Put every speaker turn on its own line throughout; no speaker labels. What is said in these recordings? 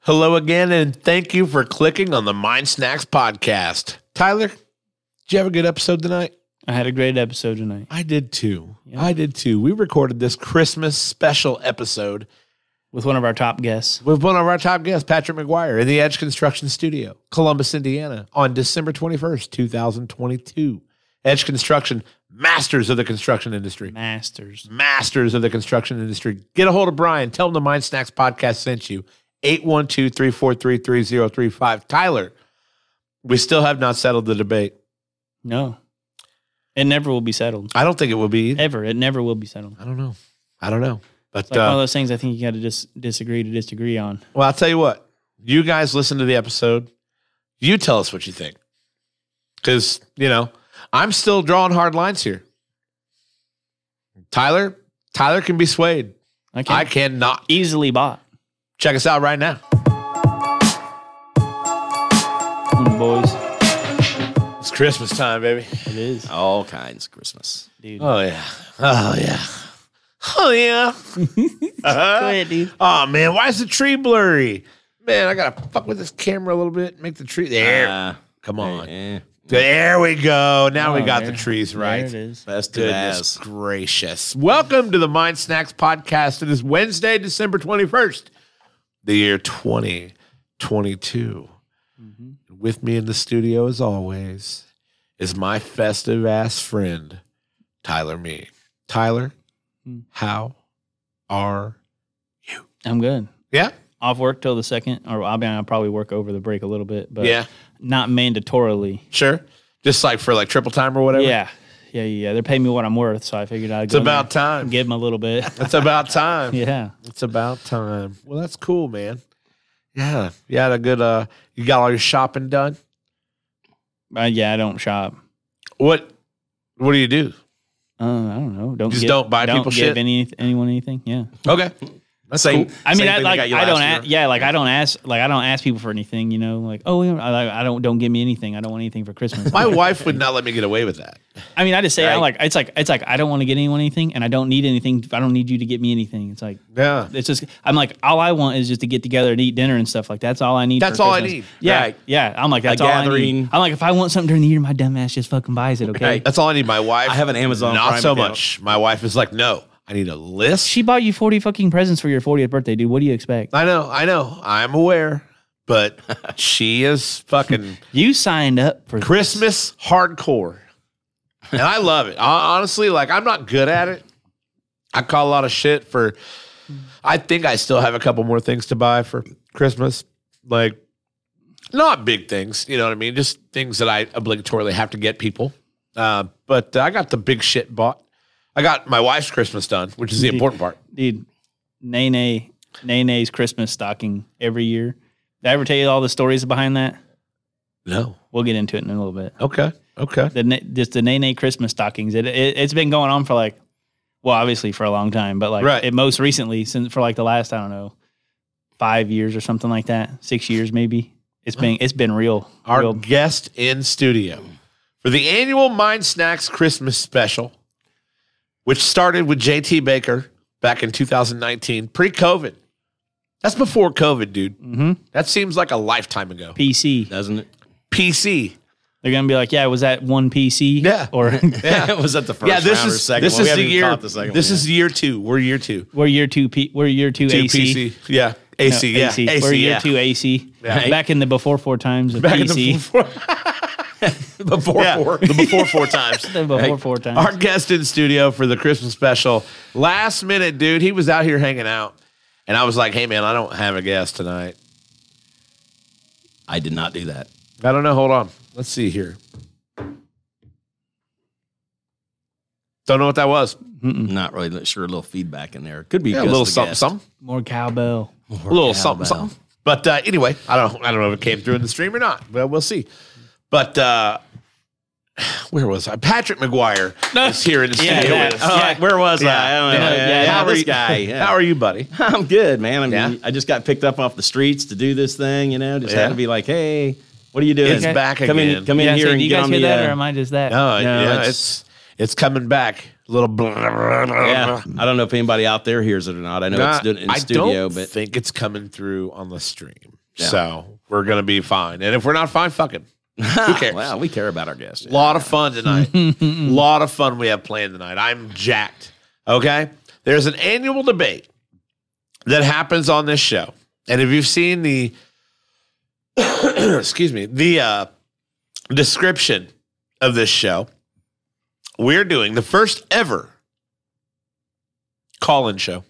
Hello again, and thank you for clicking on the Mind Snacks podcast. Tyler, did you have a good episode tonight?
I had a great episode tonight.
I did too.
Yeah.
I did too. We recorded this Christmas special episode
with one of our top guests.
with one of our top guests, Patrick McGuire, in the Edge Construction Studio, Columbus, Indiana, on December 21st, 2022. Edge Construction, masters of the construction industry.
Masters.
Masters of the construction industry. Get a hold of Brian. Tell him the Mind Snacks podcast sent you. 812 343 3035. Tyler, we still have not settled the debate.
No. It never will be settled.
I don't think it will be. either.
Ever. It never will be settled.
I don't know. I don't know. But
It's like one of
uh,
those things I think you got to dis- disagree to disagree on.
well, I'll tell you what. You guys listen to the episode. You tell us what you think. Because, you know, I'm still drawing hard lines here. Tyler, Tyler can be swayed.
I can
I cannot.
easily bought.
Check us out right now.
Mm, Boys.
It's Christmas time, baby.
It is.
All kinds of Christmas.
Dude.
Oh yeah. Oh yeah. Oh yeah.
Go ahead, dude.
Oh man, why is the tree blurry? Man, I gotta fuck with this camera a little bit. Make the tree there.
Uh,
Come on.
eh,
Ah, There we go. Now we
Oh,
got
there-
the trees
there
right.
it is.
festive
Goodness
as.
gracious. Welcome to the Mind Snacks Podcast. It is Wednesday, December 21st, the year 2022.
Mhm.
With me in the studio, as always, is my festive ass friend, Tyler Me. Tyler,
Hmm.
how are
I'm good.
yeah
Off work till the second, or I mean, I'll probably work over the break a little bit, but
yeah
not mandatorily.
sure just like for like triple time or whatever.
Yeah. Yeah, yeah. They're paying me what I'm worth, so I figured I'd
it's
go in
about
there,
time.
give them a little bit.
It's about time.
yeah.
It's about time. Well, that's cool, man. Yeah, you had a good. uh You got all your shopping done.
Uh, yeah, I don't shop.
What What do you do?
Uh, I don't know. Don't
Just
give-
don't buy
don't
people
give
shit?
any anyone anything. Yeah,
Okay, that's
Same,
I mean,
same
I,
thing
like
got you
I
last
don't.
year.
A, yeah, like I don't ask. Like I don't ask people for anything. You know, like oh, yeah, I, like, I don't. Don't give me anything. I don't want anything for Christmas.
My wife would not let me get away with that.
I mean, I just say I
Right.
like. It's like it's like I don't want to get anyone anything, and I don't need anything. I don't need you to get me anything. It's like
Yeah,
it's just I'm like all I want is just to get together and eat dinner and stuff like that's all I need.
That's
for
all I
Christmas.
need.
Yeah,
Right.
yeah. I'm like that's all I need.
gathering.
I'm like if I want something during the year, my dumb ass just fucking buys it. Okay.
Right.
that's all I need. My wife.
I have an Amazon
Not
Prime
so
account.
much. My wife is like, no, I need a list.
She bought you 40 fucking presents for your 40th birthday, dude. What do you expect?
I know, I know, I'm aware, but she is fucking
You signed up for
Christmas hardcore, and I love it. Hon- Honestly, like I'm not good at it. I call a lot of shit for. I think I still have a couple more things to buy for Christmas, like not big things. You know what I mean? Just things that I obligatorily have to get people. Uh, but I got the big shit bought. I got my wife's Christmas done, which is the important part.
dude, Nene, Nene's Christmas stocking every year. Did I ever tell you all the stories behind that?
No.
We'll get into it in a little bit.
Okay. Okay.
The Ne- just the Nene Christmas stockings. It, it it's been going on for like, well, obviously for a long time, but like
Right.
it most recently since for like the last I don't know, five years or something like that, six years maybe. It's been it's been real.
our
real.
guest in studio for the annual Mind Snacks Christmas special, which started with JT Baker back in 2019, pre COVID. That's before COVID, dude.
Mhm.
That seems like a lifetime ago.
PC.
Doesn't it?
PC.
They're gonna be like, yeah, was that one PC?
Yeah.
Or
Yeah.
was that the first
yeah, this
round or
is
second
this
one?
is the
We haven't even
year.
caught the second
this
one
is year two. We're year two.
we're year two P. We're year two,
Two
AC.
PC. Yeah.
No,
AC. yeah.
AC. We're year
yeah.
two AC.
Yeah.
Back in the before four times of
Back in
PC.
the before,
yet. before
yeah,
four.
the before four times.
The before four times.
Our guest in studio for the Christmas special. Last minute, dude. He was out here hanging out. And I was like, hey, man, I don't have a guest tonight.
I did not do that.
I don't know. Hold on. Let's see here. Don't know what that was.
Not really li- sure. A little feedback in there. Could be
Yeah, a
just
little
the
something,
guest.
something.
More cowbell.
A little something,
cowbell.
something. But uh, anyway, I don't, I don't know if it came through in the stream or not. Well, we'll see. But uh, where was I? Patrick McGuire is here in the
Yeah,
studio.
yeah.
with us.
Oh,
Yeah.
Where was I? I don't know.
Yeah,
Yeah,
yeah,
yeah,
how are
this
you-
guy. yeah.
How are you, buddy?
I'm good, man. I mean,
Yeah.
I just got picked up off the streets to do this thing. You know, just
Yeah.
had to be like, hey, what are you doing?
It's back
come
again.
in, come in
Yeah,
here
so
and
do you
get
guys
on
hear
the.
that, or
uh,
am I just that?
No,
No,
yeah,
it's-
it's it's coming back. little. blah, blah, blah,
Yeah,
blah.
I don't know if anybody out there hears it or not. I know it's
Not-
doing it in
I
studio,
don't
but
think it's coming through on the stream.
Yeah.
So we're gonna be fine. And if we're not fine, fucking who cares?
wow, Ah, we care about our guests.
A lot of fun tonight. lot of fun we have planned tonight. I'm jacked. Okay. There's an annual debate that happens on this show. And if you've seen the excuse me, the uh description of this show, we're doing the first ever call-in show.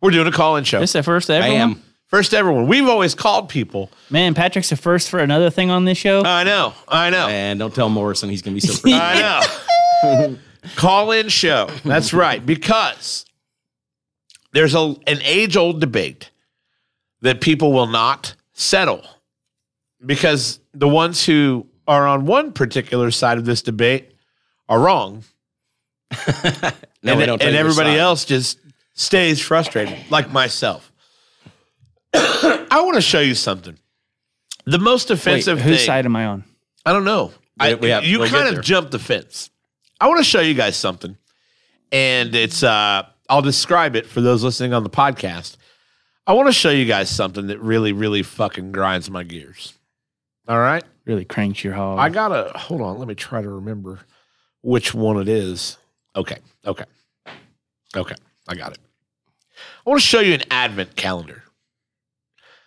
We're doing a call-in show.
This the first ever.
I
one?
am.
First ever one. We've always called people.
Man, Patrick's the first for another thing on this show.
I know. I know.
And don't tell Morrison he's going to be so proud.
I know. Call in show. That's right. Because there's a, an age old debate that people will not settle. Because the ones who are on one particular side of this debate are wrong.
No,
and
I don't take
and
your
everybody
side.
else just stays frustrated, like myself. I want to show you something. The most
Wait,
offensive
whose
thing.
side am I on?
I don't know. I,
We- we have-
you
we'll get
kind
there.
of jumped the fence. I want to show you guys something, and it's uh, I'll describe it for those listening on the podcast. I want to show you guys something that really, really fucking grinds my gears. All right,
Really cranks your hog.
I gotta hold on. Let me try to remember which one it is. Okay, okay, okay. I got it. I want to show you an advent calendar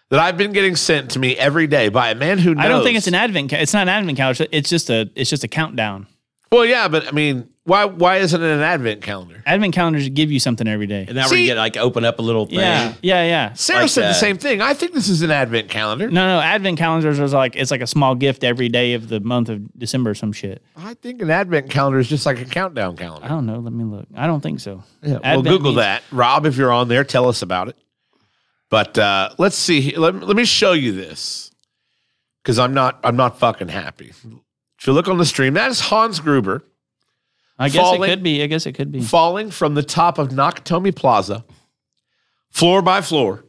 that I've been getting sent to me every day by a man who knows.
I don't think it's an advent. Ca- it's not an advent calendar. It's just a. It's just a countdown.
Well, yeah, but I mean, why why isn't it an advent calendar?
Advent calendars give you something every day.
And now
See-
we get like open up a little thing.
Yeah, yeah, yeah.
Sarah
Like
said the
that.
same thing. I think this is an advent calendar.
No, no. Advent calendars is like it's like a small gift every day of the month of December or some shit.
I think an advent calendar is just like a countdown
I
Uh-huh.
calendar.
don't know. Let me look. I don't think so.
Yeah, well,
Advent
Google
means-
that, Rob. If you're on there, tell us about it. But uh, let's see. Let, me- let me show you this because I'm not I'm not fucking happy. If you look on the stream, that is Hans Gruber
I guess
Falling-
it could be. I guess it could be.
falling from the top of Nakatomi Plaza, floor by floor,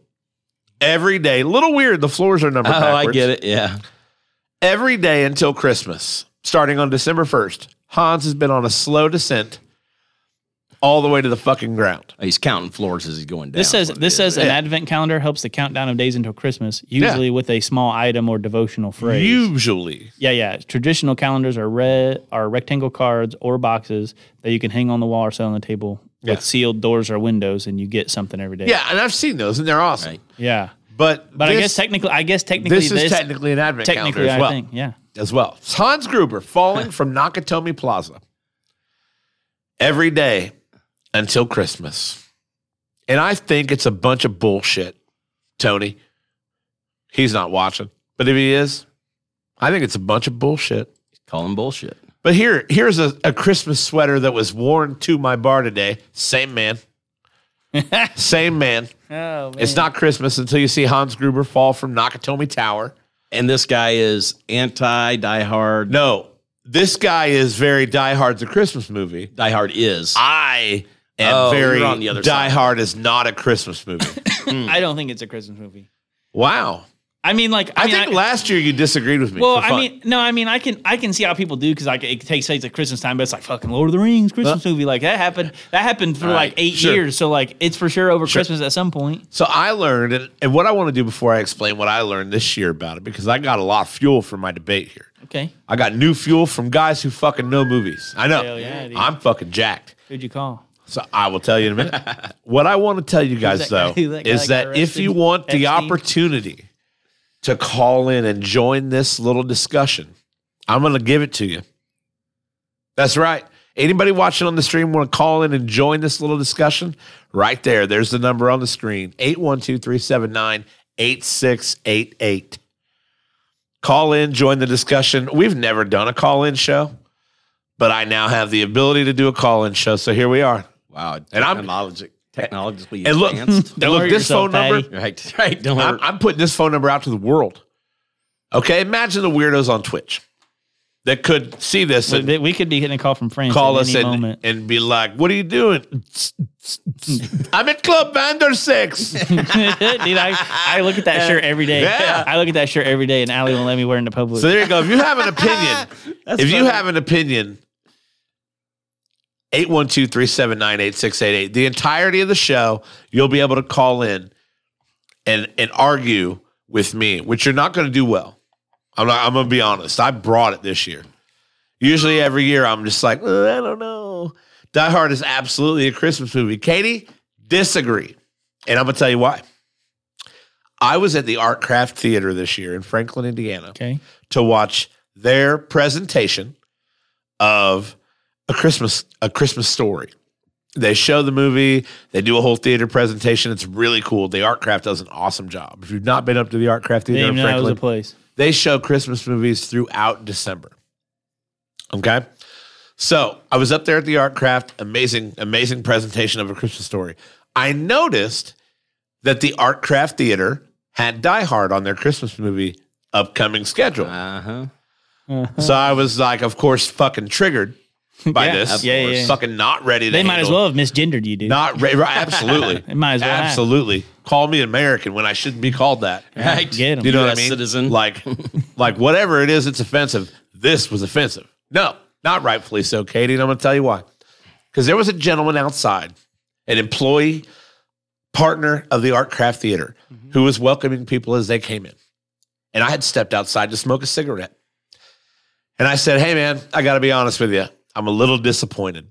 every day. Little weird. The floors are numbered.
Oh, I
backwards.
get it. Yeah.
Every day until Christmas, starting on December 1st, Hans has been on a slow descent all the way to the fucking ground.
He's counting floors as he's going down.
This says
is what it
this
is.
says an advent calendar helps the countdown of days until Christmas, usually with a small item or devotional phrase.
Usually.
yeah, yeah. Traditional calendars are red are rectangle cards or boxes that you can hang on the wall or set on the table
Yeah.
with sealed doors or windows, and you get something every day.
Yeah, and I've seen those and they're awesome.
Right.
yeah.
But,
But
this,
I guess technically, I guess technically
this
this,
is technically an advent
technically
calendar as
I
well.
think yeah.
As well. It's Hans Gruber falling from Nakatomi Plaza every day until Christmas. And I think it's a bunch of bullshit, Tony. He's not watching. But if he is, I think it's a bunch of bullshit.
Call him bullshit.
But here, here's a, a Christmas sweater that was worn to my bar today. Same man. Same man.
Oh,
It's not Christmas until you see Hans Gruber fall from Nakatomi Tower.
And this guy is anti Die Hard.
No, this guy is very Die Hard's a Christmas movie.
Die Hard is.
I am
Oh, you're
very
on the other
Die
side.
Hard is not a Christmas movie.
I don't think it's a Christmas movie.
wow.
I mean, like
I,
mean,
think last year you disagreed with me.
Well,
for fun.
I mean, no, I mean, I can I can see how people do because like it takes place at Christmas time, but it's like fucking Lord of the Rings Christmas movie. Like that happened. That happened for like eight
sure.
years. So like it's for sure over Christmas at some point.
So I learned, and, and what I want to do before I explain what I learned this year about it, because I got a lot of fuel for my debate here.
Okay,
I got new fuel from guys who fucking know movies. I know.
Hell yeah, dude.
I'm fucking jacked.
who'd you call?
So I will tell you in a minute. what I want to tell you guys,
that guy-
though,
who's that guy
is
that got
that if you
arrested?
want the
Epstein?
opportunity to call in and join this little discussion, I'm going to give it to you. That's right. Anybody watching on the stream want to call in and join this little discussion? Right there. There's the number on the screen 812 379 8688. Call in, join the discussion. We've never done a call in show, but I now have the ability to do a call in show. So here we are.
wow.
And I'm-
technologic, technologically
And look,
advanced.
and look
worry
this
yourself,
phone number.
Fatty.
right. Right. Don't
I'm,
ever-
I'm putting this phone number out to the world. Okay, imagine the weirdos on Twitch that could see this and
we, we could be getting a call from France.
call
at
us
any
and,
moment.
and be like, "What are you doing?" I'm at Club Vander Six.
Dude, I, I look at that shirt every day.
Yeah.
I look at that shirt every day, and Allie won't let me wear it in the public.
So there you go. If you have an opinion, if you have an opinion, 812 379 8688. The entirety of the show, you'll be able to call in and and argue with me, which you're not going to do well. I'm not, I'm going to be honest. I brought it this year. Usually every year I'm just like, "Uh, I don't know. Die Hard is absolutely a Christmas movie. Katie, disagree. And I'm going to tell you why. I was at the Art Craft Theater this year in Franklin, Indiana
Okay.
to watch their presentation of a Christmas a Christmas story. They show the movie, they do a whole theater presentation. It's really cool. The Art Craft does an awesome job. If you've not been up to the Art Craft Theater
Name
in
that was
Franklin,
a place.
they show Christmas movies throughout December. Okay. So I was up there at the Art Craft, amazing, amazing presentation of a Christmas story. I noticed that the Art Craft Theater had Die Hard on their Christmas movie upcoming schedule.
Uh huh.
Uh-huh.
So I was like, of course, fucking triggered by
Yeah,
this.
of Yeah, yeah, course. yeah.
Fucking not ready to
They might as
handle-
well have misgendered you, dude.
Not ready. Right, absolutely.
They might as well have.
Absolutely. Call me American when I shouldn't be called that.
Right.
Get 'em.
You know what I
US
mean?
citizen.
Like, like whatever it is, it's offensive. This was offensive. No, not rightfully so, Katie. And I'm going to tell you why. Because there was a gentleman outside, an employee, partner of the Art Craft Theater,
Mm-hmm.
who was welcoming people as they came in. And I had stepped outside to smoke a cigarette. And I said, Hey, man, I got to be honest with you. I'm a little disappointed.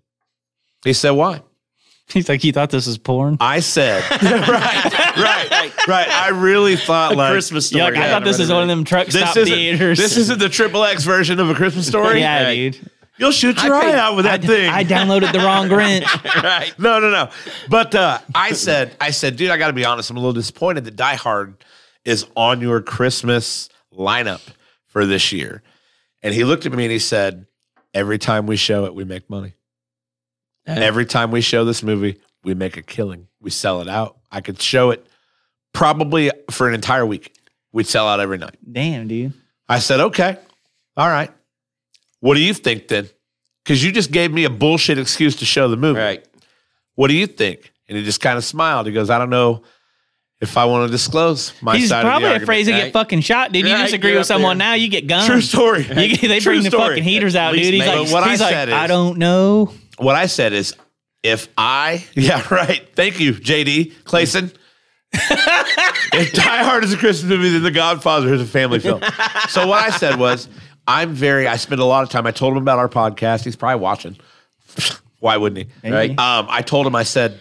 He said, Why?
He's like, he thought this was porn.
I said, right, right, right. I really thought like
Christmas story.
Yeah, like, I thought this was one of them truck stop
isn't-
theaters.
This isn't the triple X version of a Christmas story.
yeah, dude.
You'll shoot your
I
eye
paid-
out with that
I,
thing.
I downloaded the wrong Grinch.
right.
no, no, no. But uh, I said, I said, dude, I got to be honest. I'm a little disappointed that Die Hard is on your Christmas lineup for this year. And he looked at me and he said, every time we show it, we make money.
Yeah.
Every time we show this movie, we make a killing. We sell it out. I could show it probably for an entire week. We'd sell out every night.
Damn, dude.
I said, okay, all right. What do you think then? Because you just gave me a bullshit excuse to show the movie.
Right.
What do you think? And he just kind of smiled. He goes, I don't know if I want to disclose my
He's
side
probably
of the
afraid to
right?
get fucking shot, dude. You
Right,
disagree
get
with
up
someone
there.
now, you get gunned.
True story.
You, they
True
bring the
story.
fucking heaters out,
least
dude. He's
make-
like,
But what I
he's like,
said
I
is-
don't know.
What I said is, if I, yeah, right. Thank you, JD Clayson. if Die Hard is a Christmas movie, then The Godfather is a family film. so what I said was, I'm very. I spend a lot of time. I told him about our podcast. He's probably watching. Why wouldn't he?
Maybe.
Right.
Um, I told him. I said,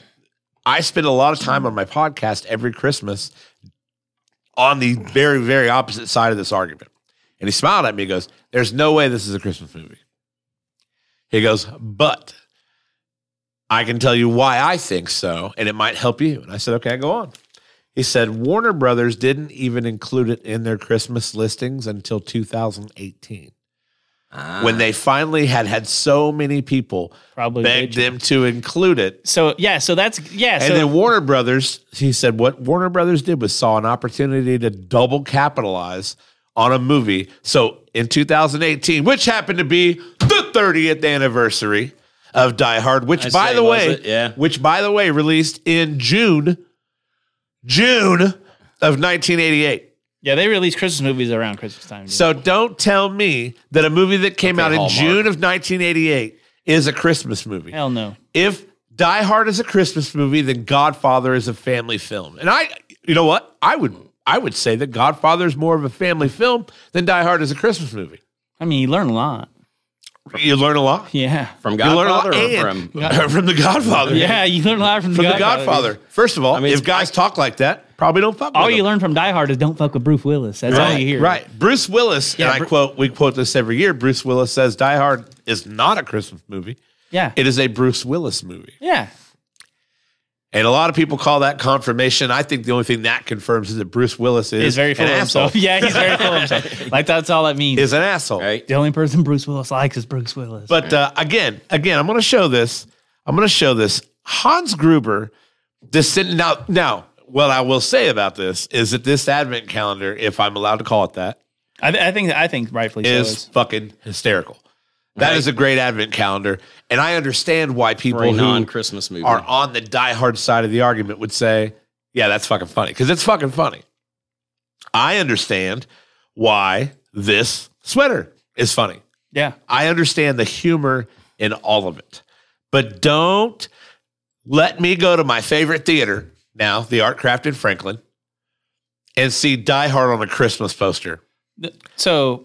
I spend a lot of time on my podcast every Christmas on the very, very opposite side of this argument. And he smiled at me. He goes, There's no way this is a Christmas movie. He goes, But I can tell you why I think so, and it might help you. And I said, Okay, go on. He said, Warner Brothers didn't even include it in their Christmas listings until 2018
Ah.
when they finally had had so many people
Probably
beg
did.
them to include it
So yeah, so that's yeah.
and
so
then Warner Brothers, he said, what Warner Brothers did was saw an opportunity to double capitalize on a movie. So in 2018, which happened to be the 30th anniversary of Die Hard, which
I
by
say,
the
was
way,
it? Yeah.
which by the way, released in June, June of 1988.
yeah, they release Christmas movies around Christmas time. dude.
So don't tell me that a movie that came
Okay,
out in
Hallmark.
June of 1988 is a Christmas movie
hell no.
if Die Hard is a Christmas movie, then Godfather is a family film. And I, you know what? I would I would say that Godfather is more of a family film than Die Hard is a Christmas movie.
I mean, you learn a lot.
You learn a lot.
Yeah.
from
You learn a
Godfather
lot
or
and
from
from, the Godfather.
Yeah, you learn a lot from,
From the Godfather. First of all,
mean,
if
it's-
guys talk like that, probably don't fuck
All
with
you
them.
learn from Die Hard is don't fuck with Bruce Willis. That's all you hear.
Right. Bruce Willis,
Yeah,
and I
Bru-
quote, we quote this every year. Bruce Willis says Die Hard is not a Christmas movie.
Yeah.
It is a Bruce Willis movie.
yeah.
And a lot of people call that confirmation. I think the only thing that confirms is that Bruce Willis is
He's very full
an
of
asshole.
himself. Yeah, he's very full of himself. Like that's all that means.
Is an asshole.
right.
the only person Bruce Willis likes is Bruce Willis.
But uh, again, again, I'm going to show this. I'm going to show this. Hans Gruber descended. Now, now, what I will say about this is that this advent calendar, if I'm allowed to call it that,
I, th- I think I think rightfully so.
is
Is,
fucking hysterical. That is a great advent calendar, and I understand why people
For a
who
non-Christmas movie.
are on the diehard side of the argument would say, yeah, that's fucking funny because it's fucking funny. I understand why this sweater is funny.
yeah.
I understand the humor in all of it. But don't let me go to my favorite theater now, the Art Craft in Franklin, and see Die Hard on a Christmas poster.
Th- So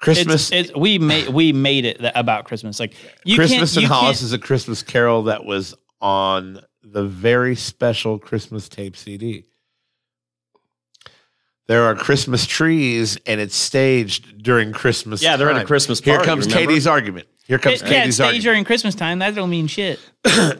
Christmas
it's, it's we made we made it that, about Christmas. Like you
Christmas
can't,
in
you can't-
Hollis is a Christmas carol that was on the very special Christmas tape CD. There are Christmas trees and it's staged during Christmas.
Yeah, they're at a
time.
Christmas
Here
party,
comes
remember?
Katie's argument. Here comes
It, yeah, it's
Katie's
staged
argument.
during Christmas time. That don't mean shit.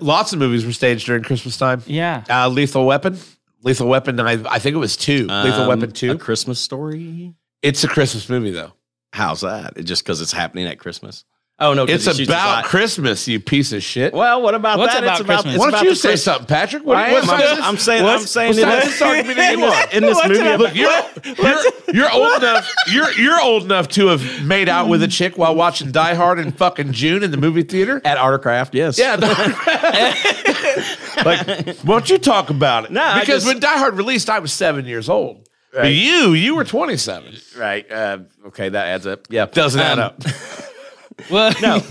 Lots of movies were staged during Christmas time.
Yeah.
Uh, Lethal Weapon. Lethal Weapon, I, I think it was two. Lethal
Um,
Weapon
A
2.
Christmas story.
It's a Christmas movie, though.
How's that? It, just because it's happening at Christmas. Oh no, 'cause
It's
it shoots
about
his eye-
Christmas, you piece of shit.
Well, what about
What's
that?
about Christmas?
Why
about
don't you
the
say
Christ-
something, Patrick? What,
I am.
what's
I'm,
this?
I'm saying. I'm saying
What
that
type of song do you want?
in this
What's
movie.
about-
Look, you're, you're, you're old enough. You're you're old enough to have made out with a chick while watching Die Hard in fucking June in the movie theater.
At Artcraft, yes.
Yeah. like, won't you talk about it?
No, I
because
just-
when Die Hard released, I was seven years old. But
Right.
you, you were twenty seven.
Right. Uh, okay, that adds up. Yeah.
Doesn't add
Um,
up.
Well,
No,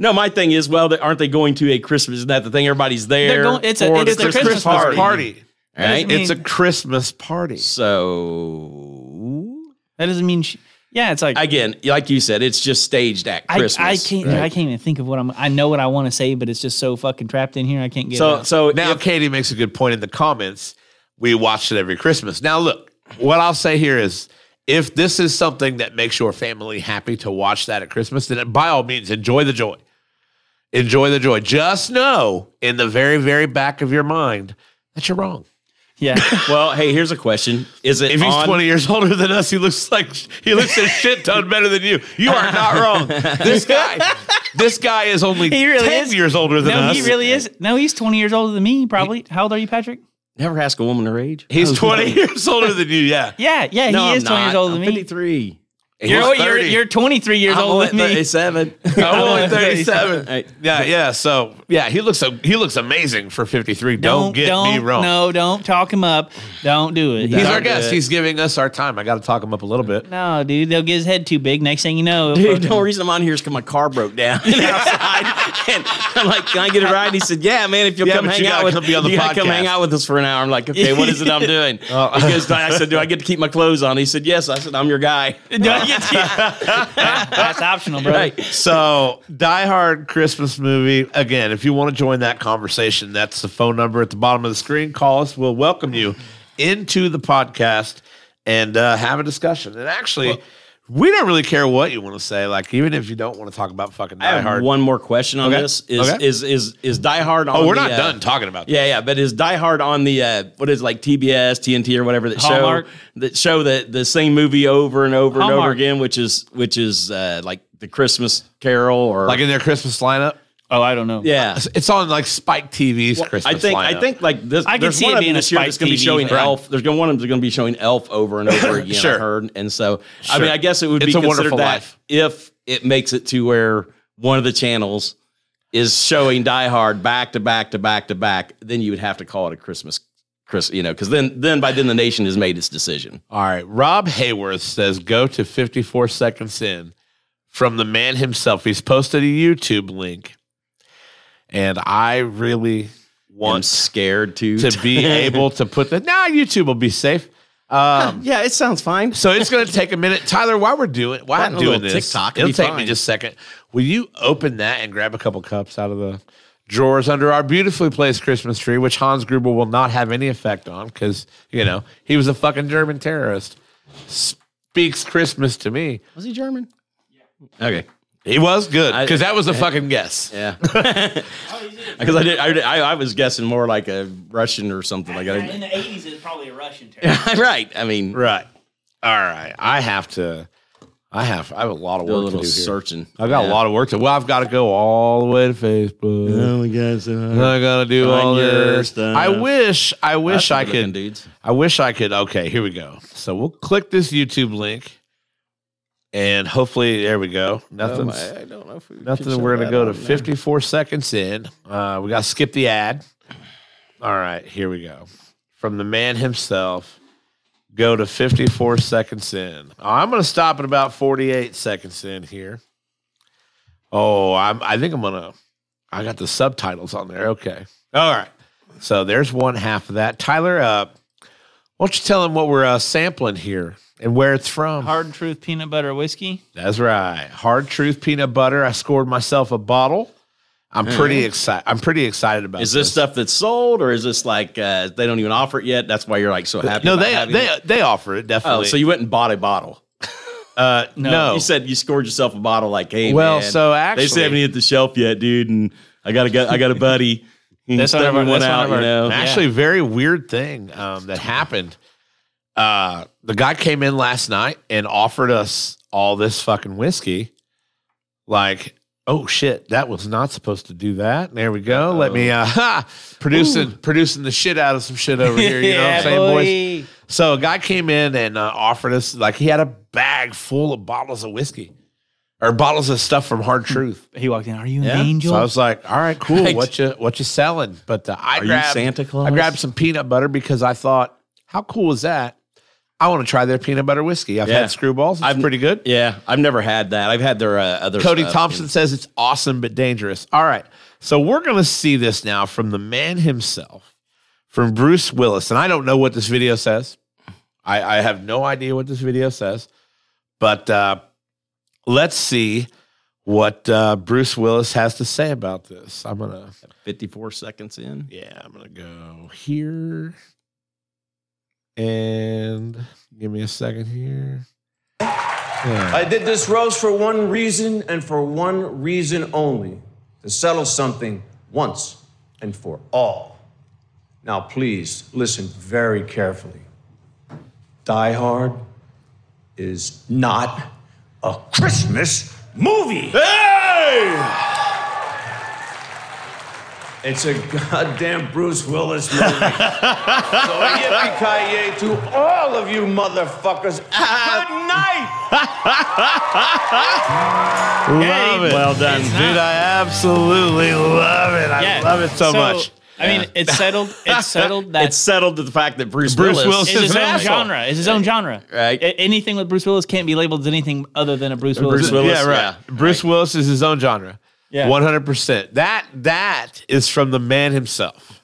no. My thing is, well, they, aren't they going to a Christmas? Isn't that the thing? Everybody's there.
They're going- it's a-
for
it's
It's
the
a
Christmas
Christmas party.
party.
right?
It's
It's-
a Christmas party.
so
that doesn't mean. Sh- yeah, it's like I,
again, like you said, it's just staged at
I,
Christmas.
can't. I can't even think of what I'm. I know what I want to say, but it's just so fucking trapped in here. I can't get. it
So
out.
so
Now,
if-
Katie makes a good point in the comments. We watch it every Christmas. Now, look, what I'll say here is if this is something that makes your family happy to watch that at Christmas, then by all means, enjoy the joy. Enjoy the joy. Just know in the very, very back of your mind that you're wrong.
yeah,
well, hey, here's a question: Is it
If he's
on-
20 years older than us, he looks like he looks a shit ton better than you. You are not wrong. This guy, this guy is only
He really
10
is.
years older than
no,
us.
he really is. No, he's 20 years older than me, probably. How old are you, Patrick?
Never ask a woman her age. Oh,
he's 20 years older than you. Yeah.
Yeah, yeah,
No,
he
I'm
is 20 years
not.
older
I'm
than me.
53.
You're,
He's
you're,
30.
you're 23 years
I'm
older than
only
me.
37.
I'm only
I'm
37.
37.
Hey,
Yeah, yeah. So yeah, he looks a, he looks amazing for 53. Don't, get me wrong.
No, don't talk him up. Don't do it.
He's our
Don't do
guest.
it.
He's giving us our time. I got to talk him up a little bit.
No, dude, they'll get his head too big. Next thing you know, he'll
Dude, the
fucking-
only reason I'm on here is because my car broke down outside. and I'm like, can I get a ride? And he said, yeah, man, if you'll
Yeah,
come
but
hang
you
out
gotta
with
come be on the
you gotta come
podcast."
hang out with us for an hour. I'm like, okay, what is it I'm doing?
Oh.
because I said, do I get to keep my clothes on? He said, yes. I said, I'm your guy.
that's optional, bro.
Right.
So Die Hard Christmas movie again. If you want to join that conversation, that's the phone number at the bottom of the screen. Call us. We'll welcome you into the podcast and uh, have a discussion. And actually. we don't really care what you want to say. Like, even if you don't want to talk about fucking
I
Die
have
Hard.
one more question on
Okay.
this. Is,
Okay.
is is is Die Hard on
oh, we're
the,
not
uh,
done talking about that.
Yeah, yeah, but is Die Hard on the uh, what is it, like TBS, TNT, or whatever that
Hallmark.
show that show the the same movie over and over and over
Hallmark.
again, which is which is uh, like the Christmas Carol or
Like in their Christmas lineup.
Oh, I don't know.
yeah.
It's on like Spike TV's Christmas.
I think
lineup.
I think like this.
I can
there's
see
one
it
of
being
them
a
this year
Spike
that's going to be
TV
showing
thing.
Elf. There's gonna, one of them's going to be showing Elf over and over again.
Sure.
I heard, and so I
Sure.
mean, I guess it would
It's
be
a Wonderful
considered that
Life.
if it makes it to where one of the channels is showing Die Hard back to back to back to back, then you would have to call it a Christmas. Chris, you know, because then, then by then the nation has made its decision.
All right. Rob Hayworth says go to 54 seconds in from the man himself. He's posted a YouTube link. And I really
I'm
want
scared to
to be able to put that. Nah, YouTube will be safe. Um,
yeah, it sounds fine.
so it's going to take a minute. Tyler, while we're doing, while
That
I'm
and a
doing
little
this,
TikTok,
it'll
it'll be
take me
fine.
just a second. Will you open that and grab a couple cups out of the drawers under our beautifully placed Christmas tree, which Hans Gruber will not have any effect on because you know he was a fucking German terrorist. Speaks Christmas to me.
Was he German? Okay.
He was good
I-
because that was a fucking guess.
Yeah. Because I did, I, did- I, I was guessing more like a Russian or something like that.
the 80s, it's probably a Russian terror.
right. I mean,
Right. All right. I have to. I have. I have a lot of
do a
work to do
little
here.
searching.
I've got a lot of work to. Well, I've got to go all the way to Facebook.
my God.
And I gotta do
Find
all
your
this.
stuff.
I wish, I wish I could.
dudes.
I wish I could. Okay, here we go. So we'll click this YouTube link, and hopefully, there we go. Nothing's
Oh, I don't know if we
nothing. We're gonna go to 54 seconds in. Uh, we gotta skip the ad. All right, here we go. From the man himself, go to 54 seconds in. I'm gonna stop at about 48 seconds in here. Oh, I'm. I Oh, think I'm gonna. I got the subtitles on there. Okay. All right. So there's one half of that. Tyler, uh, why don't you tell him what we're uh, sampling here and where it's from?
Hard Truth Peanut Butter Whiskey.
That's right. Hard truth peanut butter. I scored myself a bottle. I'm pretty excited. I'm pretty excited about
Hmm. Is this stuff that's sold, or is this like uh, they don't even offer it yet? That's why you're like so happy.
No,
about
they
having
they
it?
they offer it
Oh,
definitely.
so you went and bought a bottle.
uh, no,
No.
You said you scored yourself a bottle. Like, hey,
Well,
man,
so
they just
actually-
haven't hit the shelf yet, dude. And I got a gu- I got a buddy. He
That's
stuck
one of our-
me one
that's one
out,
of
you
our-
know.
actually, very weird thing um, that happened. Uh, the guy came in last night and offered us all this fucking whiskey. Like, oh shit, that was not supposed to do that. There we go. Let me uh, ha, producing producing the shit out of some shit over here. You know what I'm saying, boys?
boy.
So a guy came in and uh, offered us like he had a bag full of bottles of whiskey or bottles of stuff from Hard
Hmm.
Truth.
He walked in. Are you
Yeah.
an angel?
So I was like, all right, cool.
Right.
What you what you selling? But uh, I
Are
grabbed
you Santa Claus?
I grabbed some peanut butter because I thought, how cool is that? I want to try their peanut butter whiskey. I've
Yeah.
had screwballs. It's
I've-
pretty good.
Yeah, I've never had that. I've had their uh, other
Cody
stuff.
Thompson says it's awesome but dangerous. All right. So we're going to see this now from the man himself, from Bruce Willis. And I don't know what this video says. I, I have no idea what this video says. But uh, let's see what uh, Bruce Willis has to say about this. I'm going to,
54 seconds in.
yeah, I'm going to go here. And give me a second here.
I did this roast for one reason and for one reason only to settle something once and for all. Now, please listen very carefully. Die Hard is not a Christmas movie.
Hey!
It's a goddamn Bruce Willis movie. so yippee to all of you motherfuckers. Good night.
Love it.
Well done. It's
Dude,
not-
I absolutely love it. I
Yeah.
love it so, much.
I mean, it's settled. It's settled that
It's settled to the fact that Bruce,
Bruce
Willis,
Willis
it's
is
his
an
own
asshole.
genre. It's his own genre.
Right.
A- anything with Bruce Willis can't be labeled as anything other than a Bruce Willis.
Bruce
movie.
Willis,
yeah, right.
yeah.
Bruce Willis is his own genre.
Yeah.
One hundred percent. That that is from the man himself.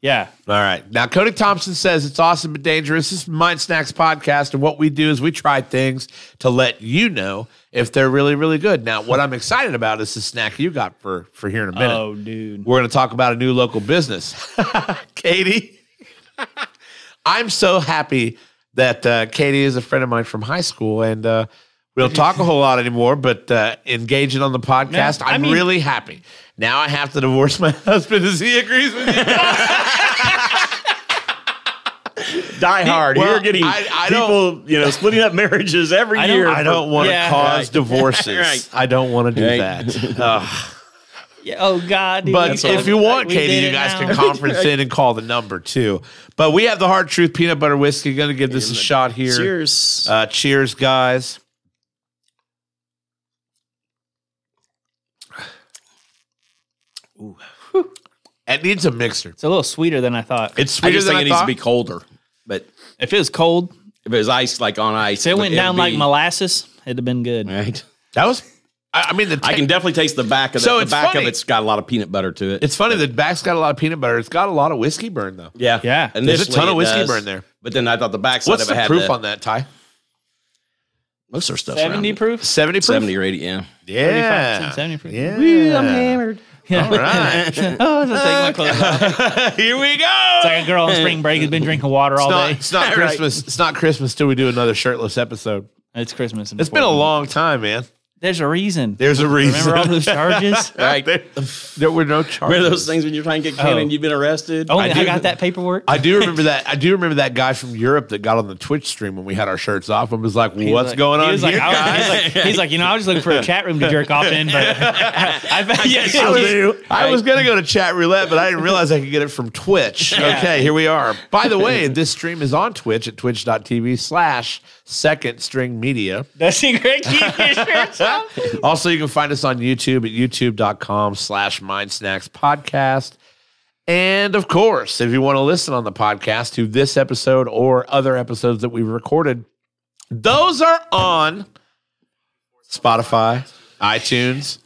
Yeah.
All right. Now Cody Thompson says it's awesome but dangerous. This is Mind Snacks podcast, and what we do is we try things to let you know if they're really, really good. Now, what I'm excited about is the snack you got for for here in a minute.
Oh, dude.
We're going to talk about a new local business. Katie, I'm so happy that uh, Katie is a friend of mine from high school, and uh, we don't talk a whole lot anymore, but uh, engaging on the podcast,
Yeah, I
I'm
mean-
really happy. Now I have to divorce my husband as he agrees with me.
Die Hard.
Well,
You're getting
I- I
people, you know, splitting up marriages every
I don't-
year.
I don't want to
Yeah.
cause
Right.
divorces.
Right.
I don't want to do
Right.
that. Uh,
Yeah, oh God. dude.
But
That's
if
all-
you want,
we did
Katie, you
it
guys
now.
can conference in and call the number too. But we have the hard truth peanut butter whiskey. Going to give this a shot here.
Cheers.
Uh, cheers, guys. It needs a mixer.
It's a little sweeter than I thought.
It's
I
sweeter
just
than
think it
I
needs
thought.
to be colder. But
if it was cold,
if it was ice, like on ice,
if it went
it'd
down like
be-
molasses, it'd have been good.
Right.
that was. I, I mean, the
I can definitely taste the back of the,
So
the
it's
back
funny.
of it's got a lot of peanut butter to it.
it's funny. The back's got a lot of peanut butter. It's got a lot of whiskey burn though.
yeah,
Yeah.
And
There's a ton of whiskey burn there.
But then I thought the backside
What's
of it
the
had
proof
the-
on that, Ty?
most of our stuff.
Seventy proof.
Seventy proof.
seventy or eighty. Yeah.
Yeah.
35%, 70%.
Yeah.
Yeah.
All right.
oh, I'm taking my clothes off.
Here we go.
It's like a girl on spring break who's been drinking water all
It's not,
day.
it's not Christmas. It's not Christmas till we do another shirtless episode.
It's Christmas. in
It's been a
Portland.
long time, man.
There's a reason.
There's a reason.
Remember all those charges?
Right.
there, there were no charges.
Remember those things when you're trying to get canned
Oh.
and you've been arrested?
Only I,
do-
got that paperwork.
I do remember that. I do remember that guy from Europe that got on the Twitch stream when we had our shirts off and was like,
He was
"What's
like-
going
he
on
was
here,
like, I was-
guys?"
he's like- He's like, you know, I was just looking for a chat room to jerk off in, but I, I, yes,
I was, I
Right.
was gonna go to chat roulette, but I didn't realize I could get it from Twitch. Okay, here we are. By the way, this stream is on Twitch at twitch.tv slash second string media.
That's incorrect. Keep your shirts on.
Also, you can find us on YouTube at youtube.com slash mind snacks podcast. And of course, if you want to listen on the podcast to this episode or other episodes that we've recorded, those are on Spotify, iTunes,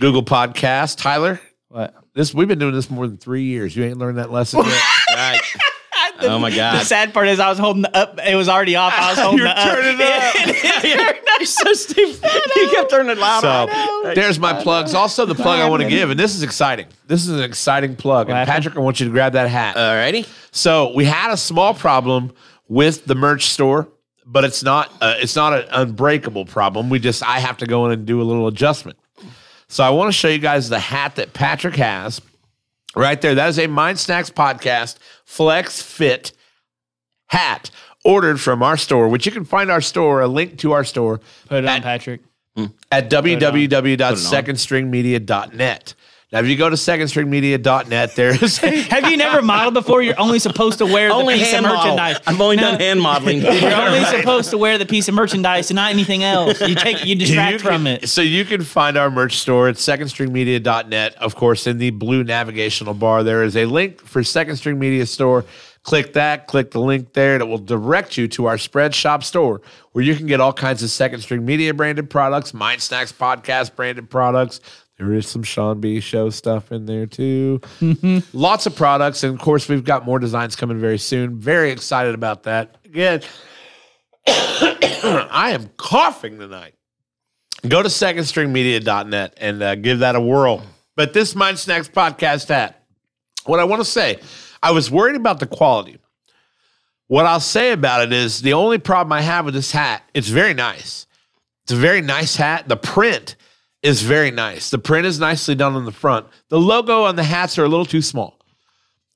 Google Podcast. Tyler,
What?
This we've been doing this more than three years. You ain't learned that lesson yet.
Right. oh my
The
god.
sad part is I was holding the up. It was already off. I was holding
You're
the up.
turning it up. You're so stupid. You kept turning it louder.
So there's my plugs. Also, the plug I want to give, and this is exciting. This is an exciting plug. And
What happened?
Patrick, I want you to grab that hat.
Alrighty.
So we had a small problem with the merch store, but it's not uh, it's not an unbreakable problem. We just I have to go in and do a little adjustment. So I want to show you guys the hat that Patrick has right there. That is a Mind Snacks podcast flex fit hat ordered from our store, which you can find our store, a link to our store
Put it on, Patrick.
at www.secondstringmedia.net. Now, if you go to secondstringmedia.net, there is a
Have you never modeled before? You're only supposed to wear
Only
the piece of
hand model.
merchandise.
I've only
No,
done hand modeling.
You're only supposed to wear the piece of merchandise and not anything else. You take you distract
You
from
can-
it.
So you can find our merch store at secondstringmedia.net. Of course, in the blue navigational bar, there is a link for Second String Media Store. Click that, click the link there, and it will direct you to our Spread Shop store where you can get all kinds of Second String Media branded products, Mind Snacks podcast branded products. There is some Sean B. Show stuff in there too. Lots of products. And of course, we've got more designs coming very soon. Very excited about that. Again, I am coughing tonight go to secondstringmedia.net and uh, give that a whirl. But this Mind Snacks podcast hat, what I want to say, I was worried about the quality. What I'll say about it is the only problem I have with this hat, it's very nice. It's a very nice hat. The print is very nice. The print is nicely done on the front. The logo on the hats are a little too small.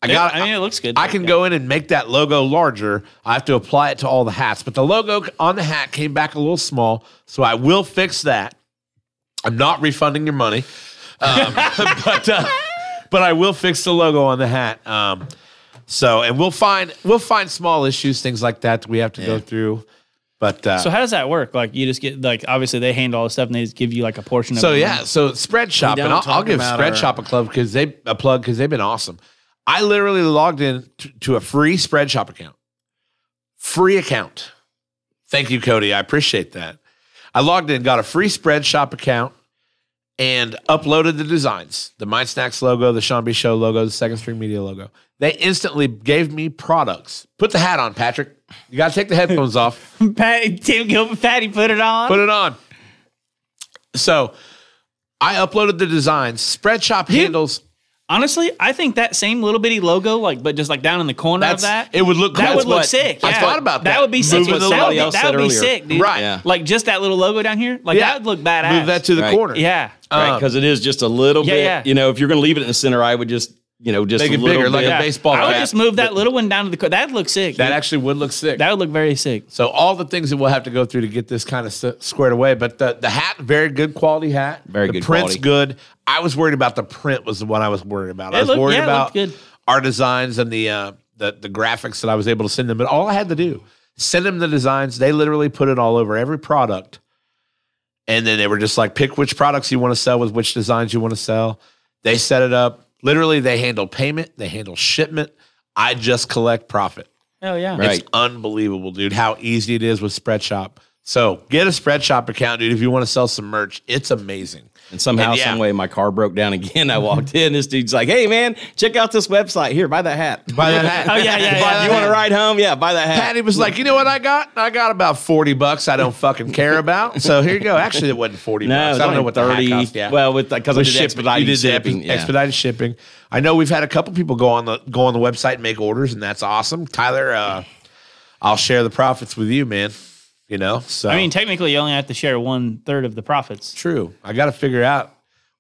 I got
I mean, it looks good.
I can go in and make that logo larger. I have to apply it to all the hats, but the logo on the hat came back a little small, so I will fix that. I'm not refunding your money, um, but uh, but I will fix the logo on the hat. Um, so and we'll find we'll find small issues, things like that that we have to go through. But uh,
So how does that work? Like you just get like obviously they handle all the stuff and they just give you like a portion of
So
it.
yeah, so spread shop,
don't
and I'll, I'll
talk
give
about
spread
our-
shop a club because they a plug because they've been awesome. I literally logged in t- to a free spread shop account, free account. Thank you, Cody. I appreciate that. I logged in, got a free spread shop account, and uploaded the designs: the Mind Snacks logo, the Sean B Show logo, the Second String Media logo. They instantly gave me products. Put the hat on, Patrick. You got to take the headphones off.
Patty, Tim Gilbert, Patty put it on.
Put it on. So I uploaded the designs. Spread shop handles.
Honestly, I think that same little bitty logo, like but just like down in the corner
That's
of that,
it. Would look cool.
that would
That's
look
what-
sick.
I
yeah.
thought about that.
That would be sick.
Move
That
it
would
to somebody
be,
else
that
said
would be
earlier.
sick, dude.
Right.
Yeah.
Like just that little logo down here, like that would look badass.
Move that to the
Right.
corner.
yeah.
Um,
because it is just a little
Yeah,
bit.
yeah.
You know, if you're going to leave it in the center, I would just you know just
Make
a
it
little
bigger, like
bit.
a
Yeah.
baseball
I would
bat.
just move that little one down to the corner. That looks sick.
That
dude.
actually would look sick.
that would look very sick.
so all the things that we'll have to go through to get this kind of s- squared away. But the, the hat, very good quality hat.
Very
the
good
Print's
quality.
good. I was worried about the print was the one I was worried about. I
It
was
looked-
worried
yeah, it
about
looked good.
our designs and the, uh, the the graphics that I was able to send them. But all I had to do send them the designs. They literally put it all over every product, and then they were just like, pick which products you want to sell with which designs you want to sell. They set it up. Literally, they handle payment. They handle shipment. I just collect profit.
Hell yeah.
Right.
It's unbelievable, dude, how easy it is with Spreadshop. So get a Spreadshop account, dude, if you want to sell some merch. It's amazing.
And somehow,
And yeah.
some way, my car broke down again. I walked in. This dude's like, "Hey, man, check out this website. Here, buy that hat.
Buy that hat.
Oh yeah, yeah, yeah.
you want to ride home? Yeah, buy that hat."
Patty was like, you know what I got? I got about 40 bucks I don't fucking care about. So here you go. Actually, it wasn't 40
no,
bucks.
it's
I don't know
only
what the hat
30.
cost. Yeah.
Well, with because I
With
did
you
expedited
did the
shipping.
epi-
yeah.
expedited shipping. I know we've had a couple people go on the go on the website and make orders, and that's awesome. Tyler, uh, I'll share the profits with you, man. You know, so
I mean, technically, you only have to share one third of the profits.
True. I got to figure out.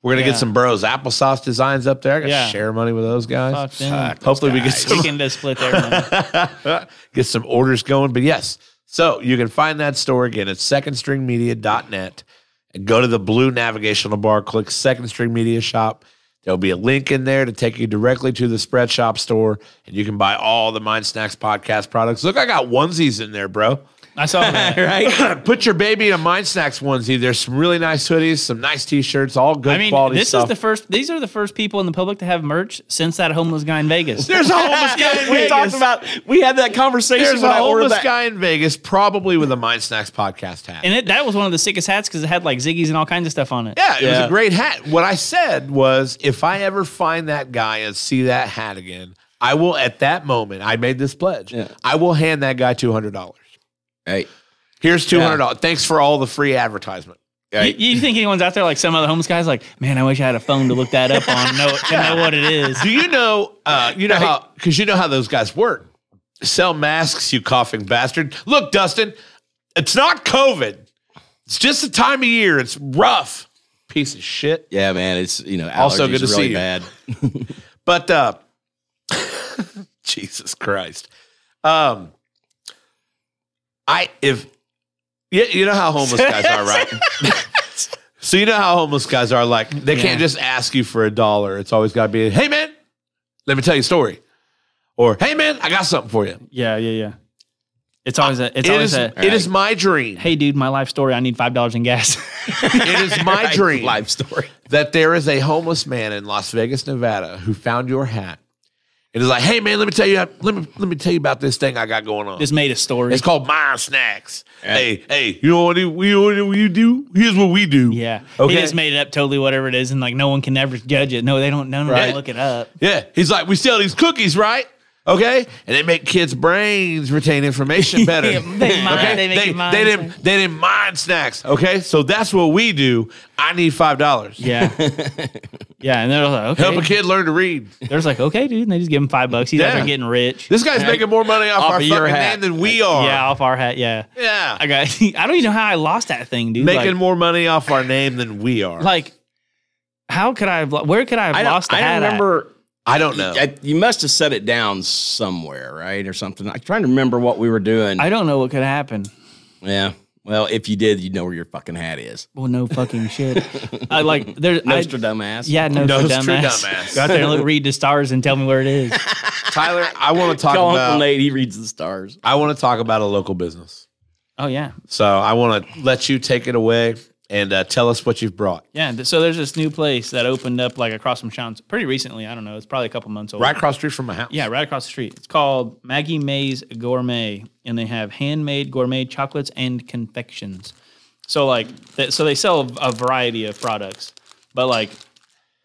We're gonna
Yeah.
get some Burrows applesauce designs up there. I got to
Yeah.
share money with those guys.
Fuck them.
Hopefully we get
We
some
can just split their money.
get some orders going. But yes, so you can find that store again at secondstringmedia.net and go to the blue navigational bar, click Second String Media Shop. There'll be a link in there to take you directly to the Spread Shop store, and you can buy all the Mind Snacks podcast products. Look, I got onesies in there, bro.
I saw that.
right?
Put your baby in a Mind Snacks onesie. There's some really nice hoodies, some nice T-shirts, all good
I mean,
quality
this
stuff.
is the first. These are the first people in the public to have merch since that homeless guy in Vegas.
There's a homeless guy in
we
Vegas.
talked about we had that conversation.
There's
when
a
I ordered
homeless
that-
guy in Vegas, probably with a Mind Snacks podcast hat.
and it, that was one of the sickest hats because it had like Ziggy's and all kinds of stuff on it.
yeah, it was
Yeah.
a great hat. What I said was, if I ever find that guy and see that hat again, I will. At that moment, I made this pledge.
Yeah.
I will hand that guy two hundred dollars.
Hey,
Here's two hundred dollars. Thanks for all the free advertisement.
hey.
You, you think anyone's out there like some other homeless guy's like, man, I wish I had a phone to look that up on, know, to know what it is.
Do you know? Uh, you know how? Because you know how those guys work. Sell masks, you coughing bastard. Look, Dustin, it's not COVID. It's just the time of year. It's rough. Piece of shit.
yeah, man, it's you know
Also
allergies
good to
are really
see you.
bad.
But uh, Jesus Christ. Um, I if you, you know how homeless guys are, right? so you know how homeless guys are. Like they can't just ask you for a dollar. It's always got to be, hey man, let me tell you a story, or hey man, I got something for you.
Yeah, yeah, yeah. It's always a. It's
It
always
is,
a.
it is my dream.
Hey, dude, my life story. I need five dollars in gas.
It is my
Right?
dream
life story.
that there is a homeless man in Las Vegas, Nevada, who found your hat. It is like, hey man, let me tell you, let me let me tell you about this thing I got going on.
Just made a story.
It's called Mind Snacks. Hey, hey, you know what you, you know what you do? Here's what we do.
yeah. He
Okay.
just made it up totally whatever it is, and like no one can ever judge it. No, they don't. No, no,
Right.
look it up.
Yeah. He's like, we sell these cookies, right? Okay, and they make kids' brains retain information better.
Yeah, they mind-
okay?
they make you mind
didn't
snacks.
they didn't mind snacks. Okay, so that's what we do. I need five dollars.
Yeah. yeah, and they're like, okay.
Help a kid learn to read.
They're just like, okay, dude. And they just give him five bucks. He's out
Yeah.
there getting rich.
This guy's making more money off,
Off
our
of your
fucking
hat.
name than we are.
yeah, off our hat. Yeah.
Yeah.
I got. I don't even know how I lost that thing, dude.
making
like,
more money off our name than we are.
like, how could I have? lo- Where could I have
I don't,
lost the
I don't
hat? at?
remember.
I don't know.
I, you must have set it down somewhere, right, or something. I'm trying to remember what we were doing.
I don't know what could happen.
yeah. Well, if you did, you'd know where your fucking hat is.
Well, no fucking shit. I like there's I,
Nostradamus.
yeah, no, for
Nostra
dumbass.
dumbass.
Go out there and look, read the stars and tell me where it is.
Tyler, I want to talk
Call Uncle
about.
Nate. He reads the stars.
I want to talk about a local business.
Oh yeah,
So I want to let you take it away and uh, tell us what you've brought.
yeah. th- So there's this new place that opened up like across from Sean's pretty recently. I don't know. It's probably a couple months old.
Right across the street from my house.
Yeah, right across the street. It's called Maggie May's Gourmet, and they have handmade gourmet chocolates and confections. So like, th- so they sell a variety of products, but like,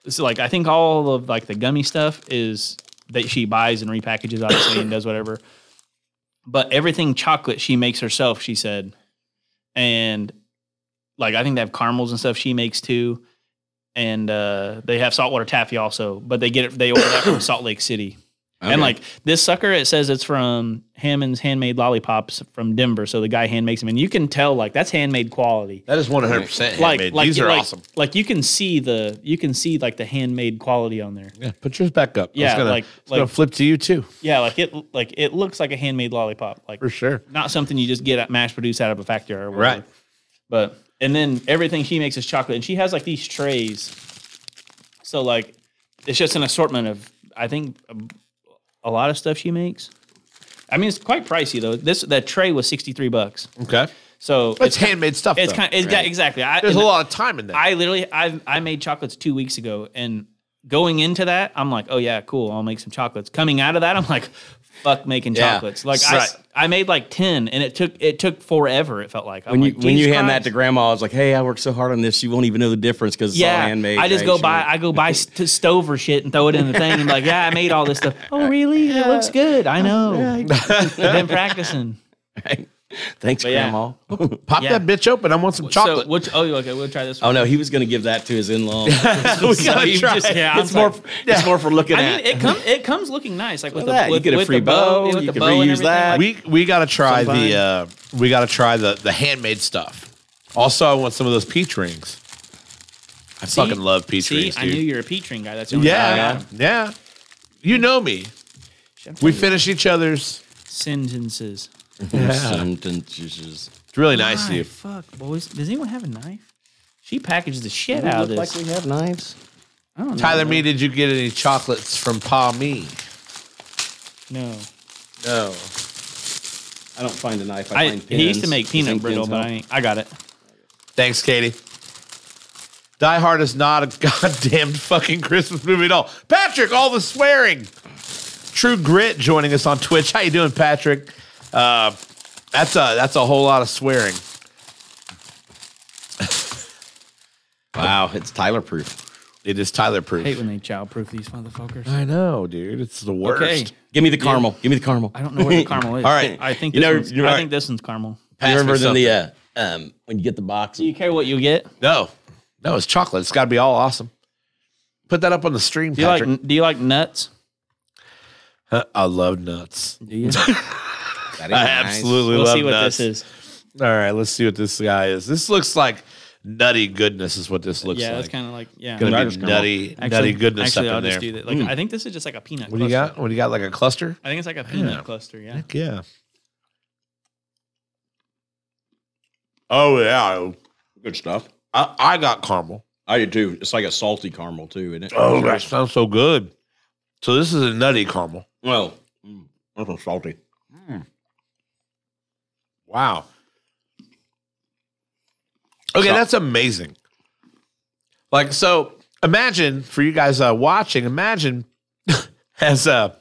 so like I think all of like the gummy stuff is that she buys and repackages, obviously, and does whatever. But everything chocolate she makes herself, she said, and like I think they have caramels and stuff she makes too. And uh, they have saltwater taffy also, but they get it. They order that from Salt Lake City. And like this sucker, it says it's from Hammond's handmade lollipops from Denver. So the guy hand makes them, and you can tell like that's handmade quality.
That is 100% handmade.
Like, like
These are
like,
awesome.
Like you can see the you can see like the handmade quality on there.
Yeah, put yours back up.
Yeah,
it's gonna,
like-
it's gonna
like-
flip to you too,
Yeah, like it like it looks like a handmade lollipop. Like
for sure.
not something you just get at mass produced out of a factory or whatever.
Right.
But and then everything she makes is chocolate, and she has like these trays. So like, it's just an assortment of I think um, a, lot of stuff she makes. I mean, it's quite pricey though. This that tray was sixty three bucks.
Okay.
So
It's handmade stuff.
It's
though.
kind. It's, yeah, exactly. I,
There's a
and
lot of time in that.
I literally I I made chocolates two weeks ago, and going into that, I'm like, oh yeah, cool. I'll make some chocolates. Coming out of that, I'm like, fuck making
Yeah.
chocolates. Like I, s-
Right.
I made like ten, and it took it took forever. It felt like I'm
when you
like,
when you
Jesus
hand that
Christ.
to grandma, it's like, hey, I worked so hard on this, she won't even know the difference because it's all
yeah,
handmade.
I just
right?
go
She
buy I go buy st- stove or shit and throw it in the thing and be like, yeah, I made all this stuff. Oh really? It looks good. I know. I've been practicing.
won't- Thanks,
yeah.
grandma.
Pop
yeah.
that bitch open. I want some chocolate.
So which oh okay, we'll try this
Oh
one.
no, he was gonna give that to his in laws.
we gotta try.
yeah, I'm
it's more
like-
it's more for looking
I
at.
mean, it comes it comes looking nice, like with
Look at
the
that.
with,
You get a
with
free
the bow,
bow,
with
you
the
can
bow and
reuse
everything.
that.
Like,
we we gotta try
Somebody-
the uh, we gotta try the the handmade stuff. Also, I want some of those peach rings. I fucking love peach
See,
rings,
I
dude.
knew you were a peach ring guy. That's the only reason I
yeah,
got 'em.
yeah. You know me. We finish each other's.
sentences.
Sentences.
It's really nice of
My
you.
Fuck, boys. Does anyone have a knife? She packages the shit
We
out of
look like
this.
we have knives.
I don't know.
Tyler, me, did you get any chocolates from Pa Me?
No.
No.
I don't find a knife. I,
I,
find pins.
he used to make
You
peanut
think
brittle,
pins
but I,
help?
ain't- I got it.
Thanks, Katie. Die Hard is not a goddamn fucking Christmas movie at all. Patrick, all the swearing. True Grit joining us on Twitch. How you doing, Patrick? Uh, that's a that's a whole lot of swearing.
Wow, it's Tyler proof.
It is Tyler proof.
hate when they childproof these motherfuckers.
I know, dude. It's the worst.
Okay.
Give me the caramel. Give me the caramel.
I don't know where the caramel is.
All right.
I think
You
this
know,
one's, I
you're right.
think this one's caramel.
Pass
you
me
remember in the uh, um when you get the box?
Do you care what you get?
No, no, it's chocolate. It's got to be all awesome. Put that up on the stream,
Do you
Patrick.
like Do you like nuts?
Huh, I love nuts.
Do you?
That is
I
nice.
absolutely
we'll
love
see what
nuts.
this is.
All right, let's see what this guy is. This looks like nutty goodness. Is what this looks
yeah,
like.
that's kind of like yeah.
gonna
I
be
just come
nutty, nutty goodness
actually,
up
I'll
in
just
there. Mm.
do that. Like, I think this is just like a peanut.
What do you
cluster.
got? What do you got? Like a cluster?
I think it's like a peanut cluster. Yeah.
Yeah. Oh yeah,
Good stuff.
I, I got caramel.
I do too. It's like a salty caramel too, isn't it?
Oh, that sounds so good. So this is a nutty caramel.
Well, mm, that's a salty.
Wow. Okay,
So-
that's amazing. Like, so imagine for you guys uh, watching, imagine as uh,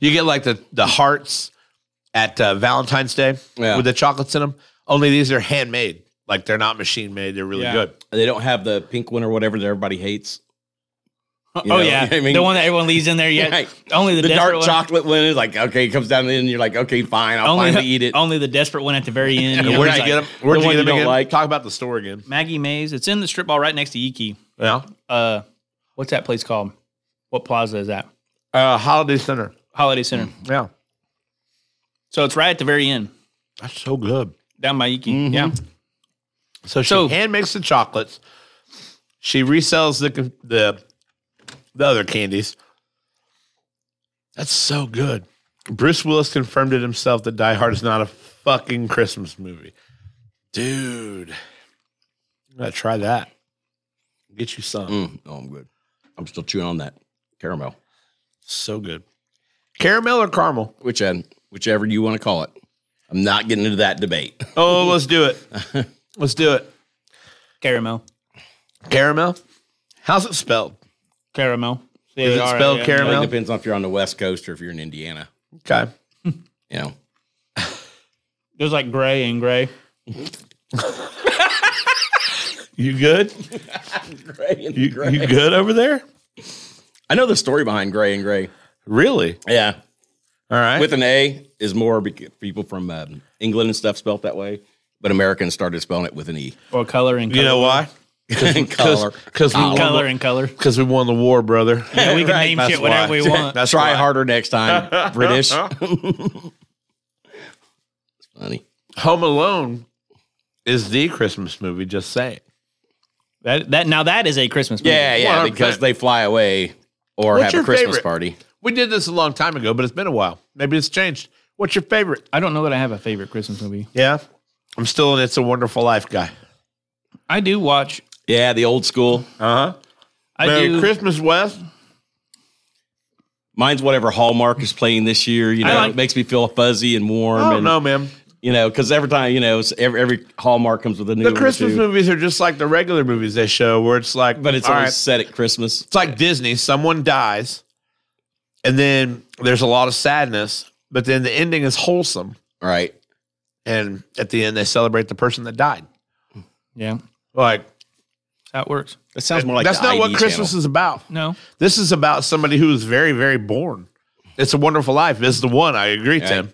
you get like the, the hearts at uh, Valentine's Day
Yeah.
with the chocolates in them. Only these are handmade. Like, they're not machine made. They're really
Yeah.
good.
They don't have the pink one or whatever that everybody hates.
Oh
You know,
yeah,
I mean-
the one that everyone leaves in there yet.
Right.
Only the,
The
desperate
dark
one.
chocolate one is like okay, it comes down in and you're like okay, fine, I'll
Only Oh. the,
finally eat it.
only the desperate one at the very end. you
And
know,
where'd
it's
you
like
get them? Where'd
the
you get
one you
them
don't
again?
like.
Talk about the store again.
Maggie Mays. It's in the strip mall right next to Iki.
Yeah.
Uh, what's that place called? What plaza is that?
Uh, Holiday Center.
Holiday
Mm.
Center.
Yeah.
So it's right at the very end,
That's so good.
down by Iki.
Mm-hmm.
Yeah.
So she
So-
hand makes the chocolates. She resells the the the other candies. That's so good. Bruce Willis confirmed it himself that Die Hard is not a fucking Christmas movie. Dude. I gotta try that. Get you some.
Mm, oh, I'm good. I'm still chewing on that caramel,
So good. Caramel or caramel?
which end, whichever you want to call it. I'm not getting into that debate.
Oh, let's do it. Let's do it.
Caramel.
Caramel? How's it spelled?
Caramel.
Is it spelled
It
caramel?
depends on if you're on the West Coast or if you're in Indiana.
Okay.
You know,
There's like gray and gray.
You good?
gray and
You,
gray.
you good over there?
I know the story behind gray and gray.
Really?
Yeah,
All right.
with an A is more because people from um, England and stuff spelt that way, but Americans started spelling it with an E.
Or color and color.
You know why?
Color.
Because we won
Color
the,
and color.
because we won the war, brother.
Yeah, we can name
That's
shit whatever
why.
we want.
That's
Try
why.
harder next time, British. it's funny.
Home Alone is the Christmas movie. Just saying.
That that now that is a Christmas movie.
Yeah,
100%.
yeah, because they fly away or
What's
have
your
a Christmas
favorite?
party.
We did this a long time ago, but it's been a while. Maybe it's changed. What's your favorite?
I don't know that I have a favorite Christmas movie.
Yeah, I'm still an It's a Wonderful Life guy.
I do watch.
Yeah, the old school.
Uh-huh.
Uh huh.
I
Merry
do.
Christmas, West.
Mine's whatever Hallmark is playing this year. You
I
know,
like-
it makes me feel fuzzy and warm.
I
and,
don't know, man.
You know, because every time you know, it's every, every Hallmark comes with a new
The
one or
Christmas
two,
movies are just like the regular movies they show, where it's like,
but it's
all
always
right,
set at Christmas.
it's like Disney. Someone dies, and then there's a lot of sadness, but then the ending is wholesome.
Right.
and at the end they celebrate the person that died.
Yeah, that's
Like,
how it works.
That sounds more like
that's
the
not
ID
what Christmas
channel.
is about.
No,
This is about somebody who is very, very born. It's a Wonderful Life is the one. I agree,
Yeah.
Tim.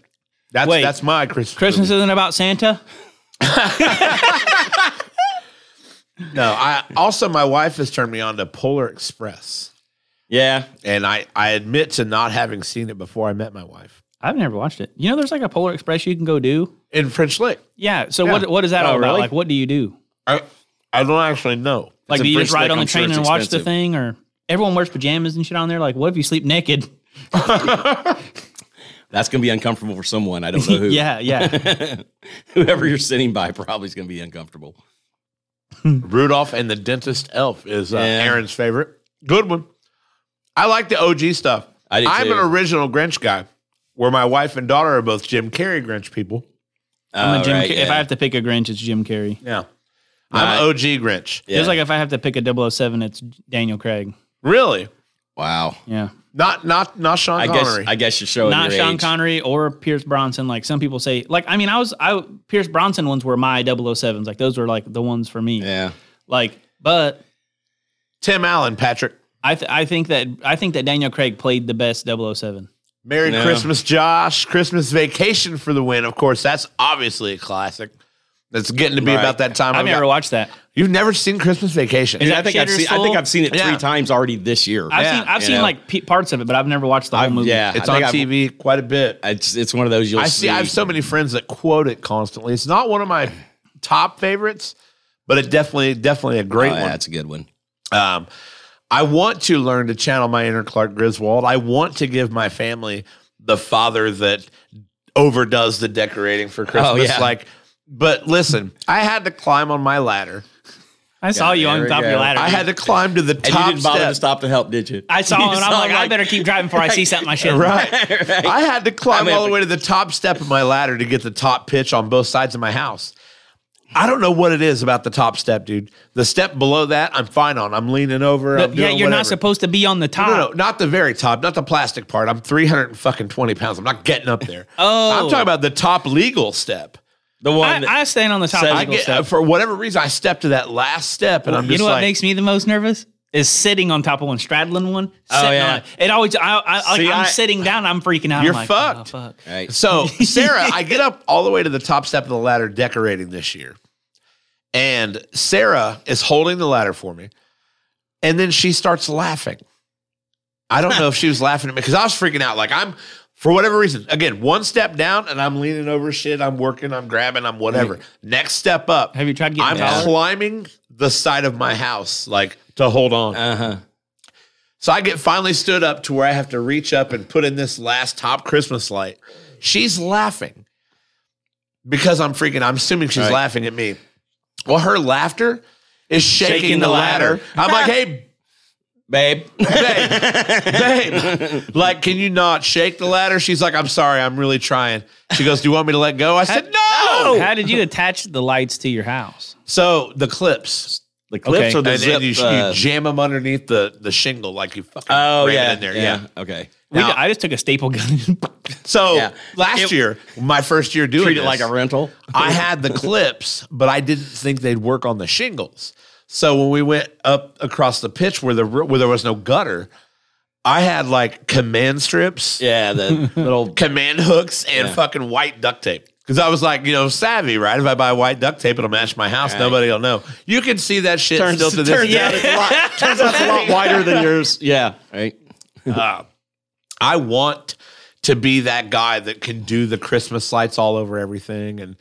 That's
Wait.
that's my Christmas.
Christmas isn't about Santa.
movie. No, I also my wife has turned me on to Polar Express,
Yeah,
and I I admit to not having seen it before I met my wife
I've never watched it. You know, there's like a Polar Express you can go do.
in French Lick.
Yeah. So
Yeah.
what what is that
Oh,
all about?
really?
Like, what do you do?
I I don't actually know.
Like,
a
do you just ride
French lick,
on the
I'm sure
train
it's
and watch the
expensive.
thing, or everyone wears pajamas and shit on there? Like, what if you sleep naked?
that's gonna be uncomfortable for someone. I don't know who.
yeah, yeah.
whoever you're sitting by probably is gonna be uncomfortable.
Rudolph and the Dentist Elf is uh,
Yeah.
Aaron's favorite. Good one. I like the OG stuff.
I do
I'm
too.
an original Grinch guy. where my wife and daughter are both Jim Carrey Grinch people.
I'm a Jim
Alright,
Car- If
yeah.
I have to pick a Grinch, it's Jim Carrey.
Yeah. I'm
Right.
OG Grinch.
Yeah.
Just like if I have to pick a 007, it's Daniel Craig.
Really?
wow.
Yeah.
Not not not Sean
I guess
Connery.
I guess you're showing
Not
Oh, your
Sean
age.
Connery or Pierce Bronson. Like some people say, like, I mean, I was, I, Pierce Bronson ones were my 007s. Like those were like the ones for me.
Yeah.
Like, but
Tim Allen, Patrick.
I, th- I think that, I think that Daniel Craig played the best 007.
Merry
No.
Christmas, Josh. Christmas Vacation for the win. Of course, that's obviously a classic. That's getting to be
Right.
about that time.
I've
I've
never
got-
watched that.
You've never seen Christmas Vacation.
Is
Dude,
that
I think I've
Shitter's
seen. I
Soul?
think I've seen it
Yeah.
three times already this year.
I've
Yeah,
seen, I've
you
seen
know.
like pe- parts of it, but I've never watched the whole
I've-
movie.
yeah.
it's
I
on
think I've-
TV quite a bit.
it's it's one of those you'll
I see. I have so many friends that quote it constantly. It's not one of my top favorites, but it definitely, definitely a
Oh,
great
yeah,
one.
that's a good one.
Um, I want to learn to channel my inner Clark Griswold. I want to give my family the father that overdoes the decorating for Christmas.
Oh, yeah.
Like, but listen, I had to climb on my ladder.
I saw you on
there
top
we
of your
go.
ladder.
I had to climb to the
And
top
you didn't bother
step.
to stop to help, did you?
I saw
You
him and I'm
saw,
like, I better keep driving before I see something I shouldn't.
Right. I had to climb
mean,
all the way to the top step of my ladder to get the top pitch on both sides of my house. I don't know what it is about the top step, dude. The step below that, I'm fine on. I'm leaning over. I'm
But yeah,
doing
you're
whatever.
not supposed to be on the top.
No, no, not the very top, not the plastic part. I'm 320 pounds. I'm not getting up there.
Oh.
I'm talking about the top legal step.
The one. that-
I, I stand on the top.
Says-
of
I
legal
get,
stuff.
for whatever reason, I step to that last step, and I'm
You
just
know what
like,
makes me the most nervous is sitting on top of one, straddling one.
Oh,
sitting
yeah.
on it. It always. I, I, like,
See,
I'm
I-
sitting down. I'm freaking out.
You're
I'm like,
fucked.
Oh, fuck.
Right.
So, Sarah, I get up all the way to the top step of the ladder decorating this year. And Sarah is holding the ladder for me. And then she starts laughing. I don't know if she was laughing at me because I was freaking out. Like, I'm, for whatever reason, again, one step down and I'm leaning over shit. I'm working, I'm grabbing, I'm whatever. Next step up,
Have you tried getting
I'm
taller?
climbing the side of my house, like to hold on.
Uh huh.
So I get finally stood up to where I have to reach up and put in this last top Christmas light. She's laughing because I'm freaking. I'm assuming she's
Right.
laughing at me. Well, her laughter is shaking,
Shaking
the,
the
ladder.
ladder.
I'm like, hey,
Babe.
babe, babe, like, can you not shake the ladder? She's like, I'm sorry, I'm really trying. She goes, Do you want me to let go? I said, No.
How did you attach the lights to your house?
So the clips.
The clips
Okay.
or the
And,
zip.
and you, you
uh,
jam them underneath the, the shingle like you fucking
oh
ram it
yeah.
in there. yeah.
Yeah. Okay.
We
Now-
d- I just took a staple gun.
So
Yeah.
last
It-
year, my first year doing
Treat it
this,
like a rental.
I had the clips, but I didn't think they'd work on the shingles. So when we went up across the pitch where the where there was no gutter, I had like command strips,
Yeah. The little.
command hooks, and
Yeah.
fucking white duct tape. Because I was like, you know, savvy, right? If I buy white duct tape, it'll match my house.
Right.
Nobody will know. You can see that shit still to this
turns
day.
out it's a lot. Turns out it's a lot wider than yours. Yeah. Right.
I want to be that guy that can do the Christmas lights all over everything. And,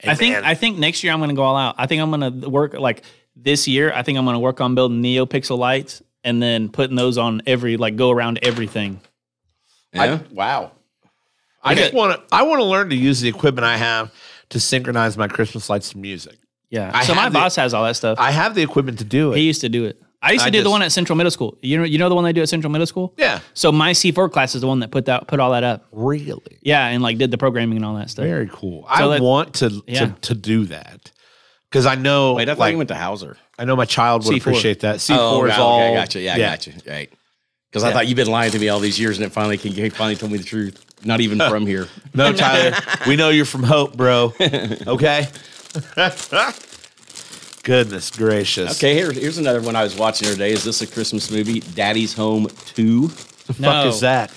and
I think.
man,
I think next year I'm going to go all out. I think I'm going to work like this year. I think I'm going to work on building NeoPixel lights and then putting those on every like go around everything.
Yeah.
I, wow. I just want to. I want to learn to use the equipment I have to synchronize my Christmas lights to music.
Yeah.
I
so my
have the-
boss has all that stuff.
I have the equipment to do it.
He used to do it. I used to
I
do the
just-
one at Central Middle School. You know, you know the one they do at Central Middle School.
yeah,
So my C four class is the one that put that put all that up.
really,
Yeah, and like did the programming and all that stuff.
very cool. I
So that-
want to,
Yeah.
to to do that because I know.
Wait, I thought
like,
you went to Hauser.
I know my child would
C4.
appreciate that. C four
Oh,
is
okay,
all.
Okay, gotcha. Yeah, gotcha. Right. Because I thought you've been lying to me all these years, and it finally can, he finally told me the truth. Not even from here.
No, Tyler, we know you're from Hope, bro. Okay. Goodness gracious.
Okay, here, here's another one I was watching the other day. Is this a Christmas movie? Daddy's Home Two.
the fuck is that?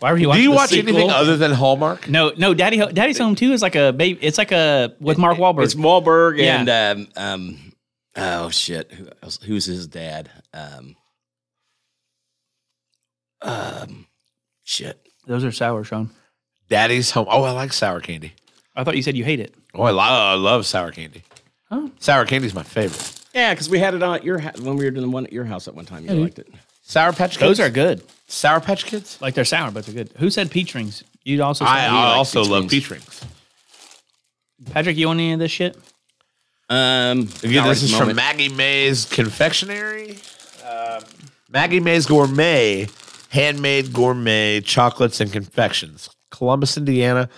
Why were you?
Do
Watching
you
the
watch
sequel?
anything other than Hallmark?
No, no. Daddy, Ho- Daddy's Home Two is like a baby. It's like a with Mark Wahlberg.
It's Wahlberg
Yeah.
and um, um, oh shit, who else, who's his dad? Um, um, shit.
Those are sour, Sean.
Daddy's home. Oh, I like sour candy.
I thought you said you hate it.
Oh, I, lo- I love sour candy.
Oh.
Sour candy's my favorite.
Yeah, because we had it on at your house when we were doing one at your house at one time. You
Mm-hmm.
liked it.
Sour Patch Kids.
Those are good.
Sour Patch Kids.
Like they're sour, but they're good. Who said peach rings? You also. Said
I, I
like
also
peach
love
rings.
peach rings.
Patrick, you want any of this shit?
Again,
Um, not right
this is
at the
from
moment.
Maggie May's Confectionery. Um, Maggie May's Gourmet, handmade gourmet chocolates and confections. Columbus, Indiana.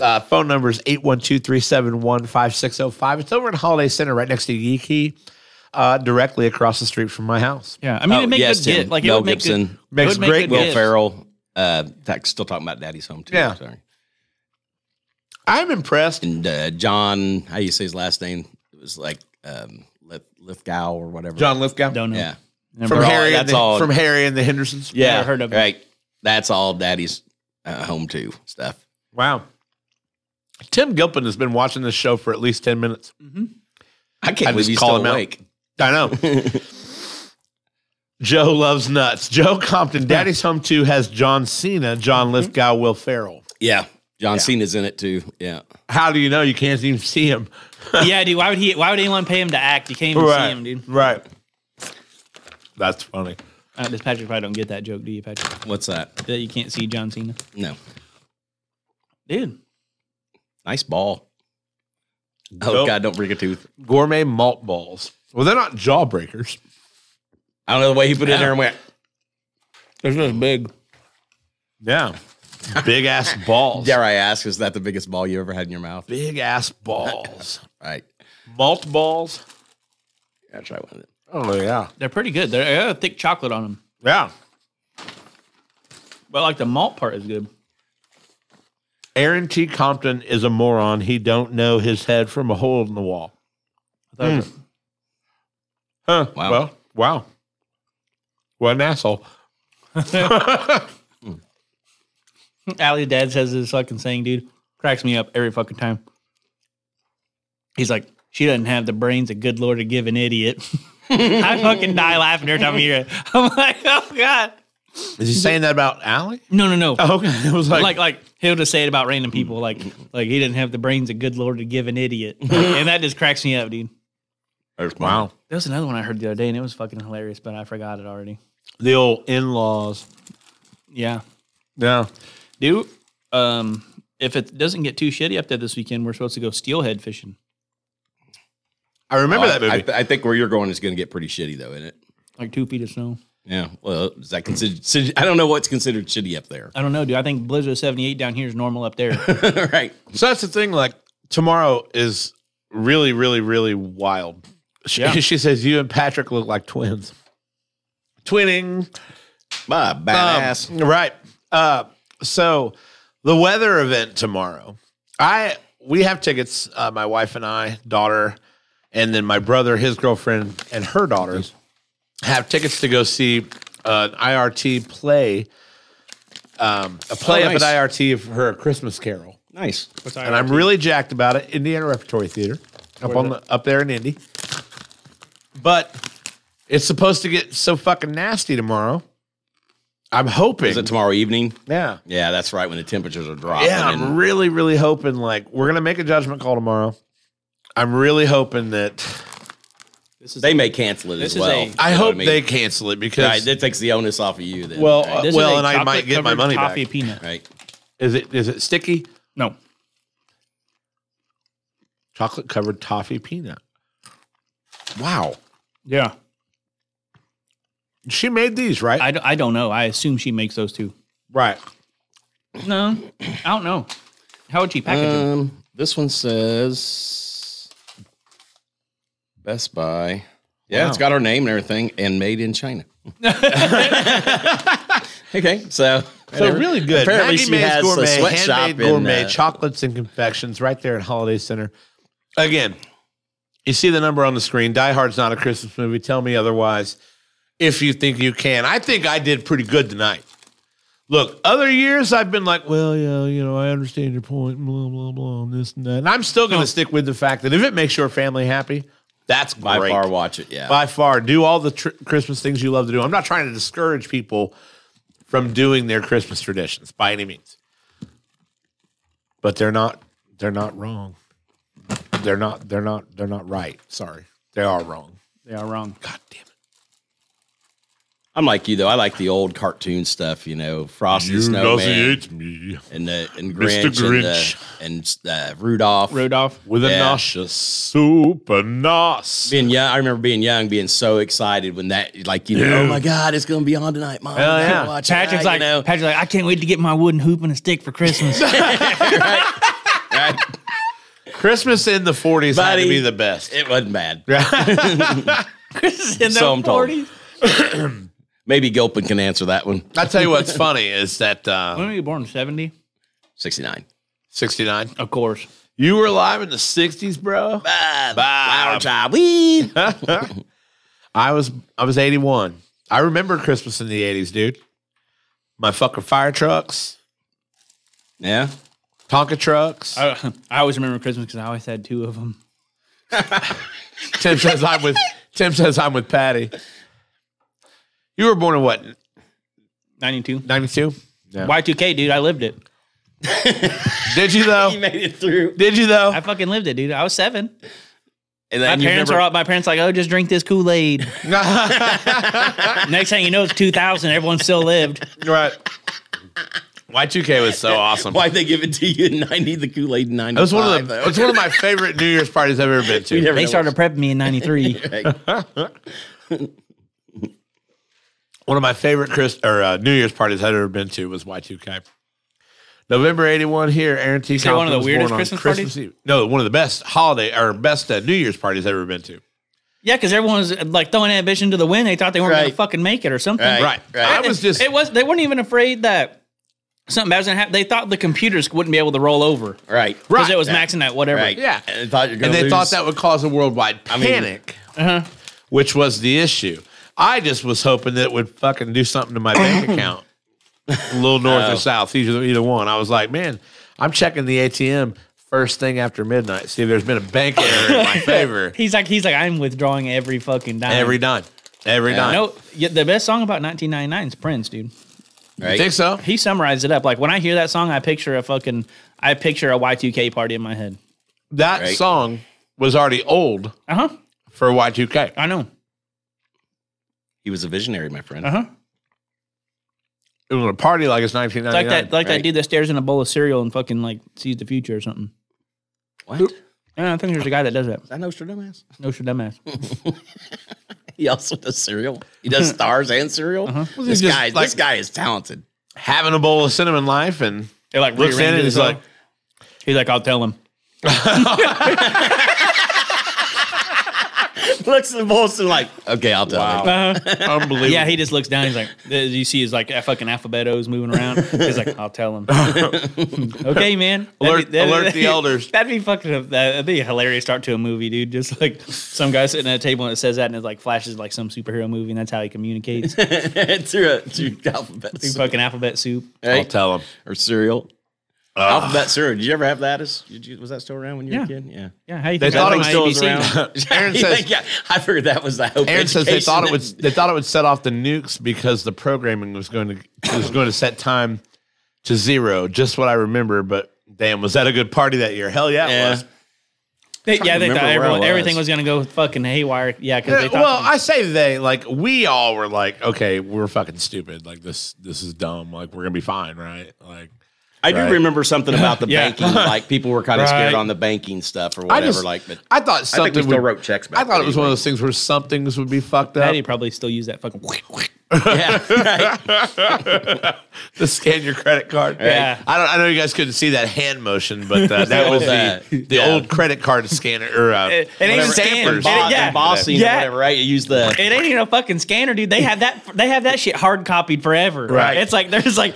Uh, phone number is 812 371 5605. It's over in Holiday Center right next to Yiki, uh, directly across the street from my house.
Yeah, I mean,
Oh,
it makes
yes,
good
Tim.
gift. Like it
Mel
would make
Gibson.
good, it
Makes
would make
great
good
Will
gifts.
Ferrell. Uh, that- still talking about Daddy's Home too.
Yeah.
Sorry.
I'm impressed.
And uh, John, how you say his last name? It was like um, Lith- Lithgow or whatever.
John Lithgow.
Don't know.
Yeah.
Never
From
all-
heard.
Harry, and
that's
the,
all-
from Harry and the Hendersons.
Yeah.
Never heard of him.
Right. That's all Daddy's uh, Home too stuff.
Wow. Tim Gilpin has been watching this show for at least 10 minutes.
I can't
I
believe
just
he's
call
still
him out.
awake.
I know. Joe loves nuts. Joe Compton, Daddy's Home 2 has John Cena, John Lithgow, Will Ferrell.
Yeah. John Cena's in it too. Yeah.
How do you know you can't even see him?
yeah, dude. Why would he? Why would anyone pay him to act? You can't even see him, dude.
Right. That's funny.
Uh, this Patrick probably don't get that joke, do you, Patrick?
What's that?
That you can't see John Cena,
No.
dude.
Nice ball. Oh
Nope.
God! Don't break a tooth.
Gourmet malt balls. Well, they're not jawbreakers.
I don't know the way he put it in there and went.
There's no big.
Yeah. Big ass balls.
Dare I ask? Is that the biggest ball you ever had in your mouth?
Big ass balls.
Right.
malt balls.
I'll try one of them.
Oh, yeah.
They're pretty good. They're, they got thick chocolate on them,
Yeah.
but like the malt part is good.
Aaron T. Compton is a moron. He don't know his head from a hole in the wall.
I
Mm.
thought it was-
Huh.
Wow.
Well, wow. What an asshole.
Allie's dad says this fucking saying, dude, cracks me up every fucking time. He's like, she doesn't have the brains a good lord to give an idiot. I fucking die laughing every time I hear it. I'm like, oh god.
Is he saying that about Allie?
No, no, no.
Okay. It was like,
Oh, Like, like he'll just say it about random people. Like, like he didn't have the brains a good lord to give an idiot, and that just cracks me up, dude.
wow.
There was another one I heard the other day, and it was fucking hilarious, but I forgot it already.
The old in laws.
Yeah,
Yeah.
dude. Um, if it doesn't get too shitty up there this weekend, we're supposed to go steelhead fishing.
I remember that movie.
Uh, I, I think where you're going is going to get pretty shitty though, isn't it?
Like two feet of snow.
Yeah. Well, is that considered? shitty- I don't know what's considered shitty up there.
I don't know, dude. I think Blizzard 78 down here is normal up there.
right.
so that's the thing. Like, tomorrow is really, really, really wild. She,
Yeah.
she says, You and Patrick look like twins. Twinning.
My badass.
Um, right. Uh, so the weather event tomorrow. I we have tickets. Uh, my wife and I, daughter, and then my brother, his girlfriend, and her daughters have tickets to go see uh, an IRT play. Um, a play up
Oh, nice.
at IRT for a Christmas Carol,
nice.
and I'm really jacked about it. Indiana Repertory Theater up on the, up there in Indy, but it's supposed to get so fucking nasty tomorrow. I'm hoping
Is it tomorrow evening?
yeah.
Yeah, that's right. When the temperatures are dropping.
Yeah, I'm
and-
really, really hoping like we're gonna make a judgment call tomorrow. I'm really hoping that
This is
they may cancel it
This
as
is
well.
a-
You
I
know what
hope
mean?
they cancel it because
Right. That takes the onus off of you then.
well,
Right.
uh,
this is
well,
a
and I might
chocolate
get my
covered
money
toffee
back.
peanut.
right.
Is it is it sticky?
No,
Chocolate covered toffee peanut. Wow,
yeah.
she made these right?
I, d- I don't know. I assume she makes those two.
right.
No, I don't know. How would she package
Uh,
them?
Um, this one says Best Buy. Yeah, it's
Wow.
got our name and everything, and made in China. okay, so
So really good.
Apparently,
Maggie
she
Mae's
has
gourmet,
a sweatshop
handmade
in
gourmet
uh,
chocolates and confections right there at Holiday Center. Again, you see the number on the screen. Die Hard's not a Christmas movie. Tell me otherwise if you think you can. I think I did pretty good tonight. Look, other years I've been like, well, yeah, you know, I understand your point, blah blah blah, and this and that. And I'm still going to stick with the fact that if it makes your family happy, that's
by
great
far watch it. Yeah,
by far do all the tr- christmas things you love to do i'm not trying to discourage people from doing their christmas traditions by any means but they're not they're not wrong they're not they're not they're not right sorry they are wrong
They are wrong.
god damn it
I I'm like you though. I like the old cartoon stuff, you know, Frosty the Snowman
me
and the and Grinch,
Grinch.
and, uh, and uh, Rudolph.
Rudolph.
with
Yeah.
a nauseous super nos.
Being young, I remember being young, being so excited when that, like, you know, oh my God, it's gonna be on tonight, mom.
Hell
I can't
yeah.
watch it."
Patrick's
Ah,
like,
you know,
Patrick's like, I can't wait to get my wooden hoop and a stick for Christmas.
Christmas in the 40s had
Buddy.
to be the best.
it wasn't bad.
Christmas in
So
their
I'm told.
forties.
Maybe Gilpin can answer that one.
I tell you what's funny is that
When
uh,
were you born? Seventy,
69.
69.
of course.
You were alive in the 60s, bro.
Bye.
Bye.
time. Wee.
I was I was 81. I remember Christmas in the 80s, dude. My fucking fire trucks,
yeah.
Tonka trucks.
I, I always remember Christmas because I always had two of them.
Tim says I'm with Tim says I'm with Patty. You were born in what?
Ninety-two.
92?
Y two K, dude. I lived it.
Did you
He
though?
made it through.
Did you though?
I fucking lived it, dude. I was seven.
And
My
then you
parents
never-
are up. My parents like, oh, just drink this Kool Aid. Next thing you know, it's two thousand. Everyone still lived.
right. Y2K was so awesome.
Why'd they give it to you in 90, the Kool Aid in 90?
It was one of the it was one of my favorite New Year's parties I've ever been to.
They started prepping me in ninety-three.
One of my favorite Chris or uh, New Year's parties I've ever been to was Y2K. November 81 here, Aaron T. Is
that one of the weirdest Christmas parties?
Eve. No, one of the best holiday or best uh, New Year's parties I've ever been to.
yeah, because everyone was like throwing ambition to the wind. They thought they weren't going
Right.
to fucking make it or something.
Right.
Right. I was just
It was. They weren't even afraid that something bad was going to happen. They thought the computers wouldn't be able to roll over because
Right.
Right.
it was maxing at whatever.
Right.
Yeah.
And they thought you're
and
gonna
they
lose.
thought that would cause a worldwide
mean-
panic, which was the issue. I just was hoping that it would fucking do something to my bank account, a little north
Oh.
or south, either, either one. I was like, man, I'm checking the ATM first thing after midnight, see if there's been a bank error in my favor.
He's like, he's like, I'm withdrawing every fucking dime.
Every dime, every dime.
No, yeah, the best song about 1999 is Prince, dude.
You
Right.
think so?
He summarized it up. Like when I hear that song, I picture a fucking, I picture a Y2K party in my head.
That
Right.
song was already old
Uh huh.
for Y2K.
I know.
He was a visionary, my friend.
Uh-huh.
Uh huh.
It was a party like it's
It's like
1999.
that, like that
right.
dude that stares in a bowl of cereal and fucking like sees the future or something.
What?
Yeah, I think there's a guy that does that.
I know Stradamus.
No shit, dumbass.
He also does cereal. He does stars and cereal. This
He Uh-huh. just,
guy,
like-
this guy is talented.
Having a bowl of cinnamon life and
They're like
looks in and he's like,
he's like, I'll tell him.
Looks at Bolson like, okay, I'll tell you.
unbelievable.
Yeah, he just looks down. He's like, you see his like fucking alphabetos moving around. He's like, I'll tell him. okay, man.
Alert- alert the elders.
That'd be fucking. That'd be a hilarious start to a movie, dude. Just like some guy sitting at a table and it says that, and it like flashes like some superhero movie, and that's how he communicates through
through a through alphabet soup,
fucking alphabet soup.
I'll
right?
tell Ah. him.
or cereal. Alphabet cereal. Did you ever have that? As did you, was that still around when you were a
Yeah.
kid? Yeah.
Yeah, how you
They
think
thought it was
that's
still
on
was
ABC?
around. Aaron says,
yeah, I figured that was the hope.
Aaron says they
education.
thought it would. They thought it would set off the nukes because the programming was going to was going to set time to zero. Just what I remember. But damn, was that a good party that year? Hell yeah,
Yeah.
it was.
They- yeah, they
remember
thought
where I
everyone,
was.
everything was gonna go fucking haywire. Yeah, because
Yeah,
they thought.
well, I say they like we all were like, okay, we're fucking stupid. Like this, this is dumb. Like we're gonna be fine, right? Like
I do
Right.
remember something about the
Yeah.
banking. Like people were kind of scared
Right.
on the banking stuff or whatever.
I just
like, but
I thought
I
something.
think we still
would-
wrote checks. Back
I thought it was
then
one of those things where some things would be fucked up.
Patty probably still used that fucking.
anyway. Yeah, right.
to scan your credit card.
Yeah.
I don't. I know you guys couldn't see that hand motion, but uh, that was
That.
the, the old credit card scanner or uh,
It- it ain't
whatever,
scanned.
stampers.
It-
Boss,
yeah.
yeah. bossing
Yeah.
or whatever. Right, you use the
It ain't even a fucking scanner, dude. They have that. They have that shit hard copied forever.
Right.
It's like they're just like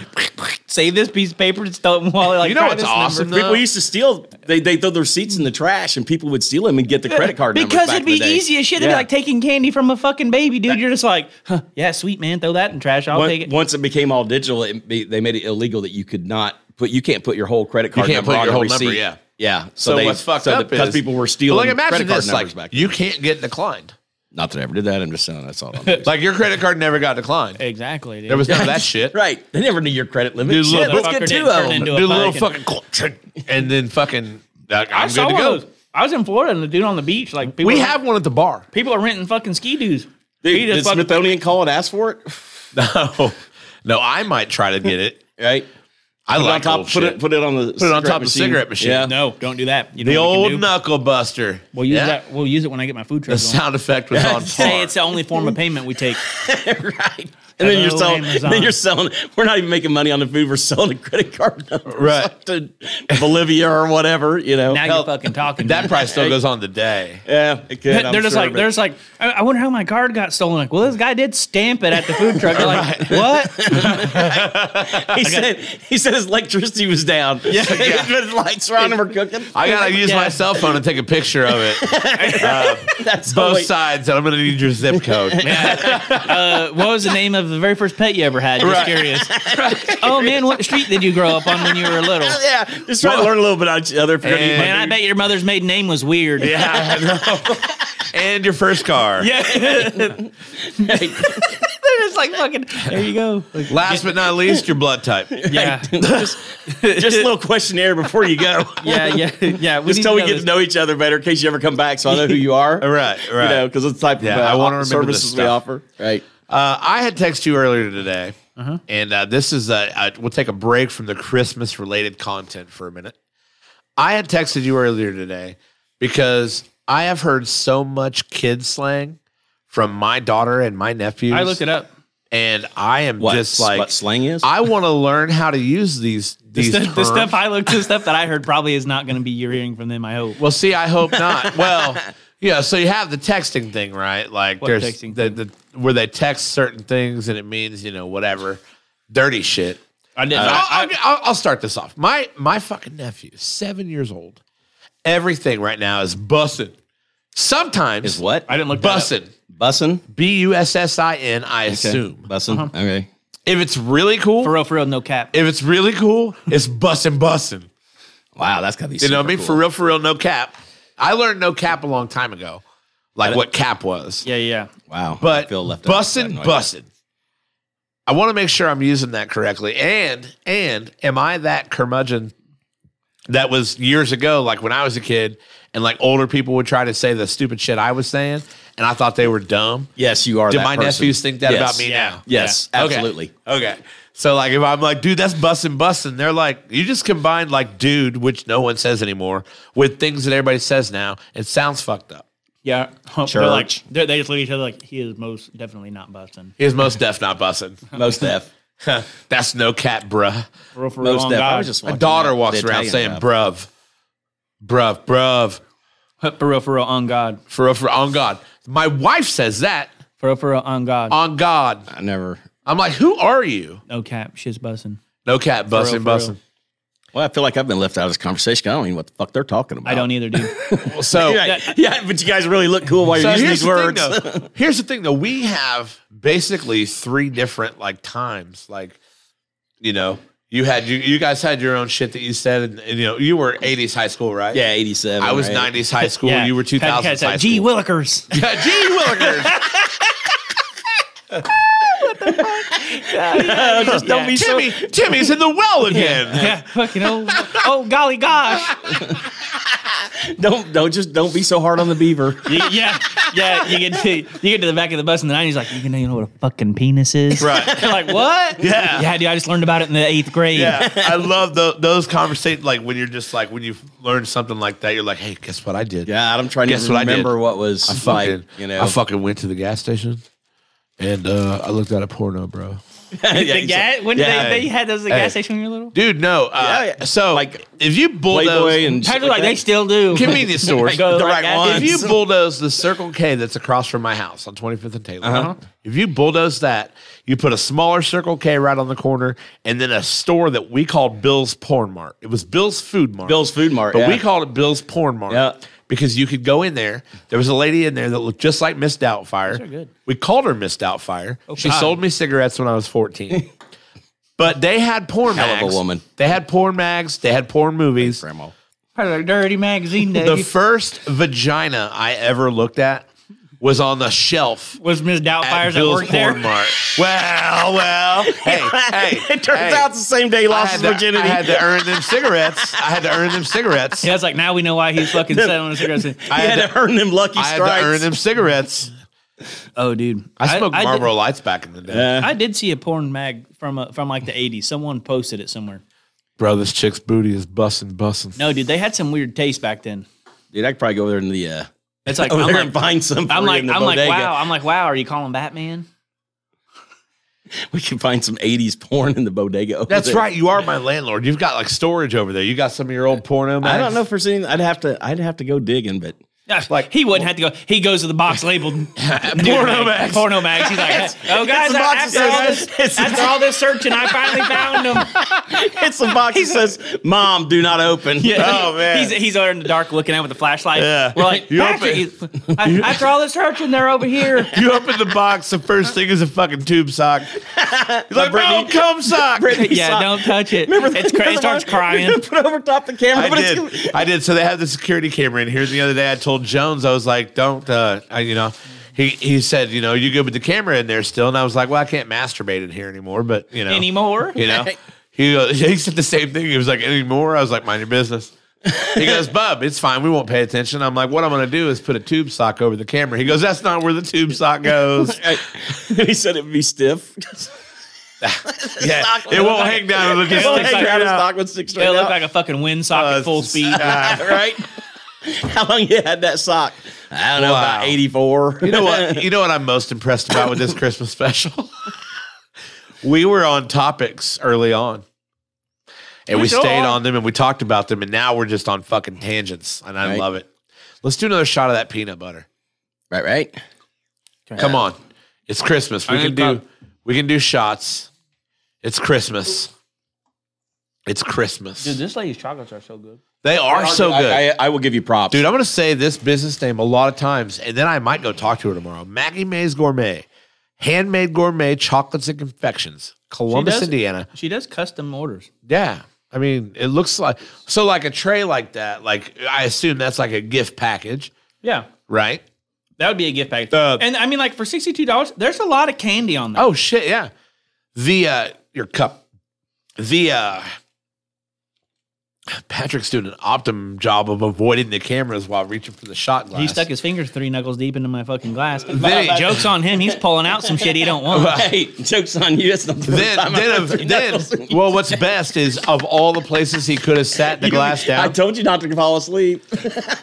save this piece of paper and throw it in the wallet. Like
You know
try
what's
this
awesome,
number.
though?
People used to steal. They they throw their receipts in the trash, and people would steal them and get the credit card numbers
because
back
it'd
in the
be
day.
easy as shit. It'd be
Yeah.
like taking candy from a fucking baby, dude. You're just like, huh, yeah, sweet man, throw that in trash. I'll
Once-
take it.
Once it became all digital, it be, they made it illegal that you could not put. You can't put your whole credit card.
can't
number
put
on
your
a
whole
receipt.
number, yeah.
yeah.
So, what's
they-
fucked
so
up
because
is
people were stealing
Like imagine
credit card
this,
numbers
like
back. then.
you can't get declined.
Not that I ever did that. I'm just saying that's all. I'm
Like your credit card never got declined.
Exactly, dude.
There was none of that shit.
right. They never knew your credit limit.
Dude,
Shit,
little
let's
fucker
get
didn't
two of
turn
them.
into
Do a
a
little
fucking-
fucking and then fucking. Like, I'm
I saw
good to
one
go.
of those. I was in Florida and the dude on the beach, like people,
We
are-
have one at the bar.
people are renting fucking ski doos.
Dude,
He just
did
fucking-
Smithsonian call and ask for it?
No, no, I might try to get it.
right?
I
Put it on
like
top.
old
Put
shit.
it. Put it on the.
Put it on top of the cigarette machine.
Yeah.
No, don't do that. You know
the
what we can
old
do?
knuckle buster.
We'll use
Yeah.
that. We'll use it when I get my food
The
truck. going.
sound effect was on
Say
par.
it's the only form of payment we take.
right. And then you're
Hello,
selling.
Amazon.
Then you're selling. We're not even making money on the food. We're selling a credit card number
Right.
to Bolivia or whatever. You know.
Now
Hell,
you're fucking talking.
That price still goes on today.
yeah. It could,
They're
I'm
just
sure,
like
but-
they're just like I, I wonder how my card got stolen. Like, well, this guy did stamp it at the food truck. They're like, what?
He said. He said his electricity was down. Yeah. but his lights were on and we're cooking.
I gotta use
Yeah. Oh,
my cell phone and take a picture of it.
That's
Both
how we-
sides, and I'm gonna need your zip code.
Uh, what was the name of the very first pet you ever had? Just
Right.
curious. Oh man, what street did you grow up on when you were little?
Yeah. Just trying to learn a little bit about each other. If you're gonna eat
Man, I
my
bet your mother's maiden name was weird.
Yeah, and your first car.
Yeah. they're
food.
just like fucking. There you go. Like,
Last but not least, your blood type.
yeah.
just, just a little questionnaire before you go.
Yeah. Yeah. Yeah.
Just till we get to know each other better in case you ever come back, so I know who you are.
All right, all right.
You know, because it's the type
Yeah,
of uh,
I wanna remember this
services we
stuff.
offer. Right.
Uh, I had texted you earlier today, and uh, this is a, uh we'll take a break from the Christmas related content for a minute. I had texted you earlier today because I have heard so much kid slang from my daughter and my nephews.
I looked it up.
and I am just like
what slang is?
I want to learn how to use these
The
these
stuff, the
terms.
stuff I looked, the stuff that I heard probably is not going to be you're hearing from them. I hope.
Well, see, I hope not. well, yeah. So you have the texting thing, right? Like
What
there's
texting
the, the where they text certain things and it means you know whatever dirty shit. Uh,
I didn't.
I'll, I'll, I'll start this off. My my fucking nephew, seven years old. Everything right now is bussin. Sometimes
is what?
I didn't look that up.
bussin.
Bussin.
B u s s i n. I assume
Bussin. Okay.
if it's really cool,
For real, for real, no cap.
if it's really cool, it's bussin bussin.
Wow, that's gotta be.
You know what I mean? For real, for real, no cap. I learned no cap a long time ago, like what cap was.
Yeah, yeah.
Wow.
but
Phil left
bussin, bussin. I want to make sure I'm using that correctly. And and am I that curmudgeon that was years ago, like when I was a kid, and like older people would try to say the stupid shit I was saying, and I thought they were dumb.
Yes, you are.
Did
that
my
person.
nephews think that
Yes.
about me
Yeah.
now?
Yes,
Yeah. Okay.
absolutely.
Okay. So like if I'm like, dude, that's bussin' bussin', they're like, you just combined like dude, which no one says anymore, with things that everybody says now. It sounds fucked up.
Yeah. They're like,
Church.
they're, they just look at each other like, he is most definitely not busting.
Here's most deaf not bussin'.
Most deaf.
that's no cat, bruh.
For real, for real,
Most
on
deaf. I
God.
was just
My
watching
daughter
the-
walks
the
around
Italian
saying
rap.
bruv. Bruv, bruv.
for real, for real, on God.
For real, for on God. My wife says that
For real, for real, on God.
on God.
I never.
I'm like, who are you?
no cap. Shit's busting.
No cat
real,
bussin'
for real.
bussin'.
Well, I feel like I've been left out of this conversation. I don't even know what the fuck they're talking about.
I don't either, dude.
So
Yeah, yeah, but you guys really look cool while you're
So
using
here's the
these words.
Thing, though. Here's the thing though. We have basically three different like times. Like, you know, you had you you guys had your own shit that you said and, and, you know, you were 80s high school, right?
yeah, eighty-seven.
I was
right?
90s high school,
Yeah.
you were 2000s
Cats
high school.
like, Gee Willikers.
yeah, gee Willikers.
Just don't be so.
Timmy, Timmy's in the well again.
yeah, fucking oh, oh golly gosh.
Don't don't just don't be so hard on the beaver.
You- yeah, yeah. You get to you get to the back of the bus in the nineties, like you can you know what a fucking penis is,
Right.
You're like what?
Yeah.
yeah, dude. I just learned about it in the eighth grade.
Yeah, I love tho- those conversations. Like when you're just like when you learn something like that, you're like, "Hey, guess what I did?
Yeah, I'm trying
Guess
to
what I did?
remember what was
I fucking,
like, you know.
I fucking went to the gas station, and uh, I looked at a porno, bro.
yeah,
The gas, when
Yeah.
they, they had those at the
Hey.
gas station when you were little?
Dude, no. Uh,
Yeah, yeah.
So,
Like,
like, if you bulldoze
Playboy and
Kind
shit
of like,
like
they
that.
still do.
convenience stores,
Go
the
like
right
that.
one.
if you bulldoze the Circle K that's across from my house on 25th and
Uh-huh.
Taylor, if you bulldoze that, you put a smaller Circle K right on the corner, and then a store that we called Bill's Porn Mart. It was Bill's Food Mart.
Bill's Food Mart,
but
yeah.
we called it Bill's Porn Mart.
Yeah.
Because you could go in there. There was a lady in there that looked just like Miss Doubtfire.
good. Oh,
We called her Miss Doubtfire. she
God.
sold me cigarettes when I was 14. but they had porn
Hell of a
mags.
woman.
They had porn mags. They had porn movies.
grandma.
Part of the dirty magazine day
The first vagina I ever looked at was on the shelf
was Miss
at
Doubtfire's at
Bill's
work
Porn
there.
Mart. Well, well, hey, hey.
it turns
hey.
out it's the same day he
I
lost
had,
his
to,
virginity.
I had to earn them cigarettes. I had to earn them cigarettes.
Yeah, it's like now we know why he's fucking selling cigarettes.
I
he
had
had
to
to earn them lucky
I had
strikes.
to earn them cigarettes.
Oh, dude,
I smoked
did-
Marlboro Lights back in the day.
I did see a porn mag from a, from like the '80s. Someone posted it somewhere.
Bro, this chick's booty is busting, busting.
No, dude, they had some weird taste back then.
Dude, I could probably go over there in the uh,
It's like
Oh,
over
I'm
there
like,
and find some. for
I'm
you
like,
in the
I'm like,
bodega.
wow, I'm like, wow. Are you calling Batman?
We can find some '80s porn in the bodega. Over
That's
there.
right. You are my landlord. You've got like storage over there. You got some of your old porno.
I don't
mags.
know if we're seeing. I'd have to. I'd have to go digging, but
Like he wouldn't have to go. He goes to the box labeled porno
mags.
Porno mags. He's like, oh guys,
a box
after
that
all
says-
this, after all this searching, I finally found him.
it's a box that says "Mom, do not open."
Oh, man.
he's he's over in the dark looking out with the flashlight.
Yeah.
We're like,
You
Patrick, I- after all this searching, they're over here.
You open the box. The first thing is a fucking tube sock. He's like,
Brittany-
no, cum sock.
yeah,
saw-
don't touch it. it's cra- it starts crying.
Put over top the camera.
I
but it's-
did. I did. So they have the security camera in here. The other day, I told Jones, I was like, "Don't," uh, I, you know. He he said, "You know, you good with the camera in there still?" And I was like, "Well, I can't masturbate in here anymore." But you know,
Anymore?
you know, he goes, he said the same thing. He was like, "Anymore?" I was like, "Mind your business." He goes, "Bub, it's fine. We won't pay attention." I'm like, "What I'm going to do is put a tube sock over the camera." He goes, "That's not where the tube sock goes."
he said it'd be stiff.
yeah, it won't hang down. It'll just
Well,
stick
Sticks
Hey,
like
Travis
out.
Stockman sticks straight
It looked
out.
like a fucking windsock
Uh,
at full speed.
right? How long you had that sock? I don't know,
Wow.
about 84.
You know what? You know what I'm most impressed about with this Christmas special? we were on topics early on. And we
We still
stayed
are.
on them and we talked about them and now we're just on fucking tangents and I
Right.
love it. Let's do another shot of that peanut butter.
right, right.
Come on. It's Christmas. We
I
can
need
do
pop.
we can do shots. It's Christmas. It's Christmas.
Dude, this lady's chocolates are so good.
they are so good.
I, I, I will give you props.
Dude, I'm going to say this business name a lot of times, and then I might go talk to her tomorrow. Maggie Mae's Gourmet, handmade gourmet chocolates and confections, Columbus,
does-
Indiana.
She does custom orders.
Yeah. I mean, it looks like so like a tray like that. Like I assume that's like a gift package,
Yeah.
right?
That would be a gift package.
Uh,
and I mean, like for sixty-two dollars, there's a lot of candy on there.
Oh shit, yeah. The uh your cup. The uh Patrick's doing an optimum job of avoiding the cameras while reaching for the shot glass.
He stuck his fingers three knuckles deep into my fucking glass.
Then-
Joke's on him. He's pulling out some shit he don't want.
Hey, joke's on you. That's not the first
then,
time
then,
I've
of,
put three
then
knuckles in you.
well, what's best is of all the places he could have sat the glass
I
down,
told you not to fall asleep.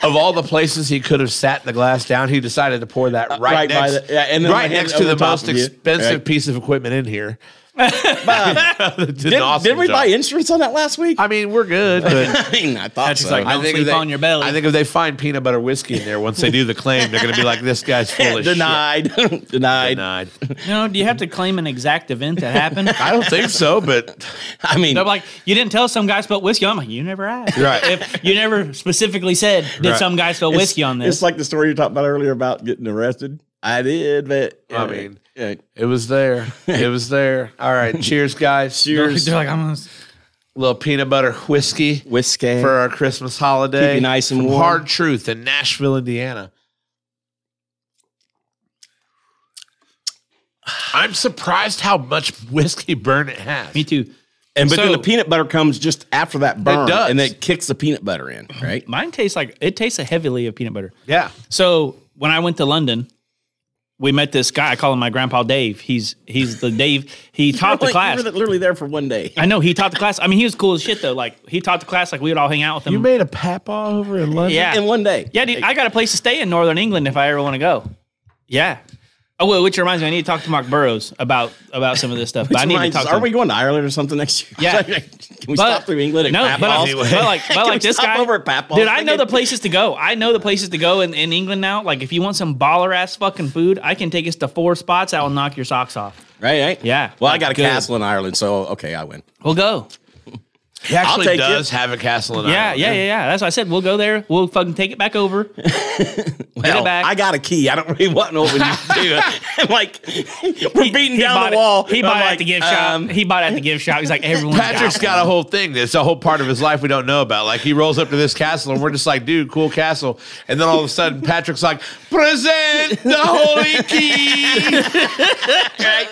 of all the places he could have sat the glass down, he decided to pour that right,
Uh, right by
next,
the- yeah, and then
right
hand
next
it
to
over
the
the top
most
of you.
expensive
Right.
piece of equipment in here. did,
Did, did we buy insurance on that last week?
I mean, we're good. But
I mean, I thought
Patrick's
so.
like, don't
I think
sleep
if they-
on your belly.
I think if they find peanut butter whiskey in there, once they do the claim, they're going to be like, "This guy's full of
denied.
shit."
denied.
Denied.
you know, do you have to claim an exact event that happened?
I don't think so, but
I mean,
They're like, you didn't tell some guy spilled whiskey. I'm like, you never asked.
Right.
If you never specifically said, did
Right.
some guy spill
it's-
whiskey on
It's
this?
like the story you talked about earlier about getting arrested. I did, but
I mean,
yeah.
it was there. It was there. All right, cheers, guys.
Cheers.
They're like, I'm gonna s-
little peanut butter whiskey
whiskey.
for our Christmas holiday.
Keep you nice and
From
warm.
Hard Truth in Nashville, Indiana. I'm surprised how much whiskey burn it has.
me too.
and but then
So-
the peanut butter comes just after that burn,
does.
and it kicks the peanut butter in, right?
Mine tastes like it tastes heavily of peanut butter.
Yeah.
So when I went to London, we met this guy. I call him my grandpa Dave. He's he's the Dave. He taught the
Like,
class.
You were literally there for one day.
I know he taught the class. I mean, he was cool as shit though. Like he taught the class. Like we would all hang out with him.
You made a papa over in London?
yeah,
In one day.
yeah, dude. I got a place to stay in Northern England if I ever want to go. Yeah. Oh, well, which reminds me, I need to talk to Mark Burrows about about some of this stuff. But I need to
Reminds us,
talk. To
are
him.
we going to Ireland or something next year?
Yeah.
Can we stop through England at
no, but,
Papa's?
I- but like, but
Can we
like this
stop
guy,
over at Papa's?
dude. I know the
Like,
places to go. I know the places to go in, in England now. Like, if you want some baller ass fucking food, I can take us to four spots. I will knock your socks off.
Right, right?
Yeah.
Well, I
Like,
got a
good.
castle in Ireland, so okay, I win.
We'll go.
He actually
take
does have a castle in
Yeah,
Ireland.
yeah, yeah, yeah. That's what I said. We'll go there. We'll fucking take it back over. Get
Hell,
it back.
I got a key. I don't really want to know what you do. I'm like, we're
He
beating down
bought it-
the wall.
He
I'm
bought it at
like,
the gift shop.
um,
he bought it at the gift shop. He's like, everyone.
Patrick's got a whole thing. It's a whole part of his life we don't know about. Like he rolls up to this castle, and we're just like, "Dude, cool castle!" And then all of a sudden, Patrick's like, "Present the holy key." Right?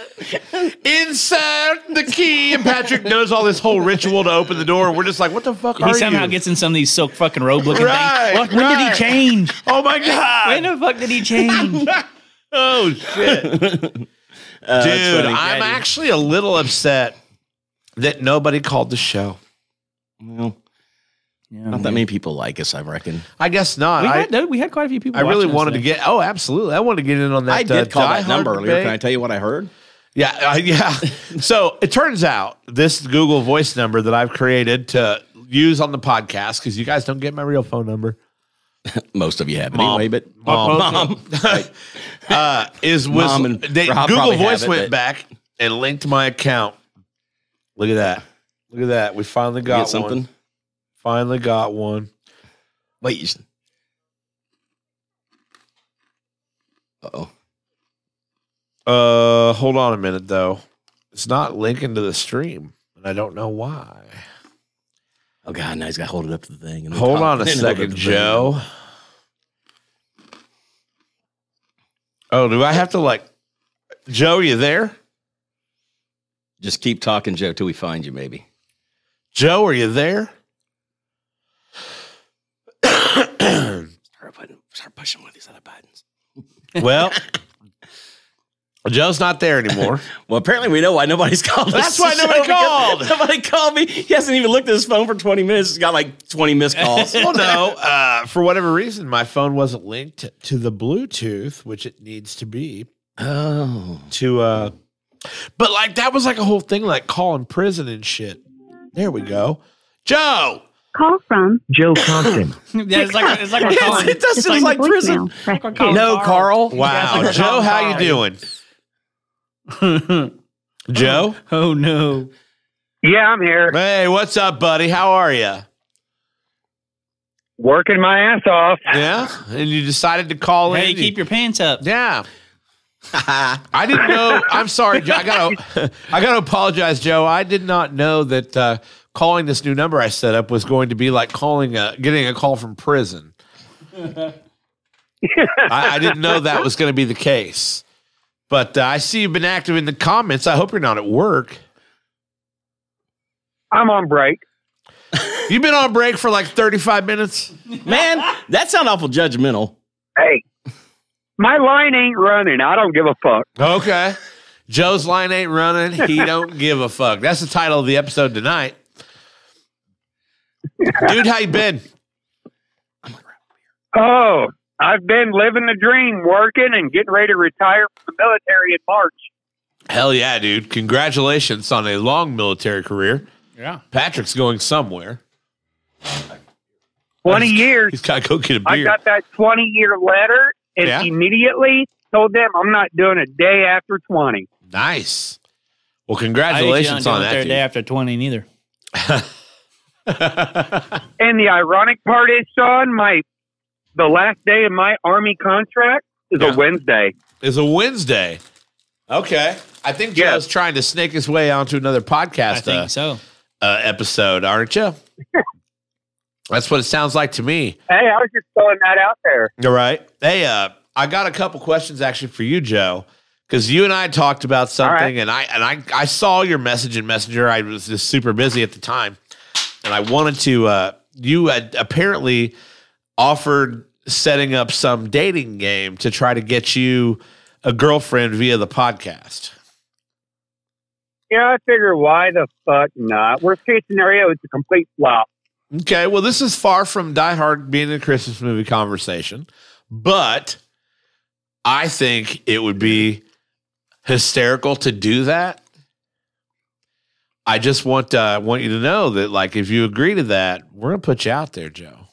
Insert the key, and Patrick knows all this whole ritual to open the door, and we're just like, "What the fuck are
He somehow
you?"
gets in some of these silk fucking robe looking
Right,
things. What, when did
right.
he change?
oh my god!
When the fuck did he change?
Oh shit, dude!
funny.
I'm actually a little upset that nobody called the show.
Well,
Yeah,
not that many people like us, I reckon.
I guess not.
we,
I,
had, we had quite a few people.
I really
watching us
wanted to
today.
get. Oh, absolutely! I wanted to get in on that.
I did
uh,
call
Die
that number
Hard
earlier.
debate.
Can I tell you what I heard?
Yeah, uh, yeah. so it turns out this Google Voice number that I've created to use on the podcast because you guys don't get my real phone number
Most of you have
Mom.
anyway, but
Mom.
Mom.
uh, is was
Mom and
they,
Rob
Google
probably have
Voice
it,
went
but-
back and linked my account. Look at that! Look at that! We finally
You
got
get something.
One. Finally got one.
Wait. You s- Uh-oh.
Uh, hold on a minute though. It's not linking to the stream, and I don't know why.
Oh God! Now he's got to hold it up to the thing. and then
Hold
pop-
on a
then hold it up to
second,
the thing.
Joe. Oh, do I have to like, Joe? you there?
Just keep talking, Joe, till we find you. Maybe.
Joe, are you there?
Start, putting, start pushing one of these other buttons.
Well, Joe's not there anymore.
Well, apparently we know why nobody's called.
That's
us.
why nobody
So, because
called.
Nobody called me. He hasn't even looked at his phone for twenty minutes. He's got like twenty missed calls.
well, no, uh, for whatever reason, my phone wasn't linked to the Bluetooth, which it needs to be.
oh.
to uh but like that was like a whole thing like calling prison and shit there we go joe
Call from.
Joe Compton.
yeah, it's like it's like we're calling.
it does
Find
sound like
the
prison.
voicemail. Press
Fucking
two.
call.
No, Carl.
wow
like a
joe
phone
how you
call.
doing joe
oh no!
yeah, I'm here
hey what's up buddy how are you
working my ass off.
yeah and you decided to call
Hey,
in
keep your pants up.
yeah i didn't know i'm sorry joe i gotta i gotta apologize joe i did not know that uh calling this new number i set up was going to be like calling a getting a call from prison I, I didn't know that was going to be the case. But uh, I see you've been active in the comments. I hope you're not at work.
I'm on break.
You've been on break for like 35 minutes.
Man, that sound awful judgmental.
Hey, my line ain't running. I don't give a fuck.
Okay. Joe's line ain't running. He don't give a fuck. That's the title of the episode tonight. Dude, how you been?
Oh, I've been living the dream, working and getting ready to retire from the military in March.
Hell yeah, dude. Congratulations on a long military career.
Yeah.
Patrick's going somewhere.
20 years.
He's got to go get a
I
beer.
got that 20 year letter and
Yeah.
immediately told them I'm not doing a day after 20.
nice. Well,
I
congratulations
usually
on
don't
that,
do it there Day
dude.
after twenty, neither.
And the ironic part is, Sean, my the last day of my army contract is
Yeah.
a Wednesday.
is a Wednesday. Okay. I think
Yeah.
Joe's trying to snake his way onto another
I
podcast uh,
think so.
uh, episode, aren't you? That's what it sounds like to me.
Hey, I was just throwing that out there.
All right. Hey, uh, I got a couple questions actually for you, Joe, because you and I talked about something,
right.
and I and I I saw your message in Messenger. I was just super busy at the time, and I wanted to. Uh, you had apparently offered setting up some dating game to try to get you a girlfriend via the podcast.
Yeah, I figure why the fuck not? Worst case scenario, it's a complete flop.
Okay, well, this is far from Die Hard being a Christmas movie conversation, but I think it would be hysterical to do that. I just want uh, want you to know that, like, if you agree to that, we're gonna put you out there, Joe.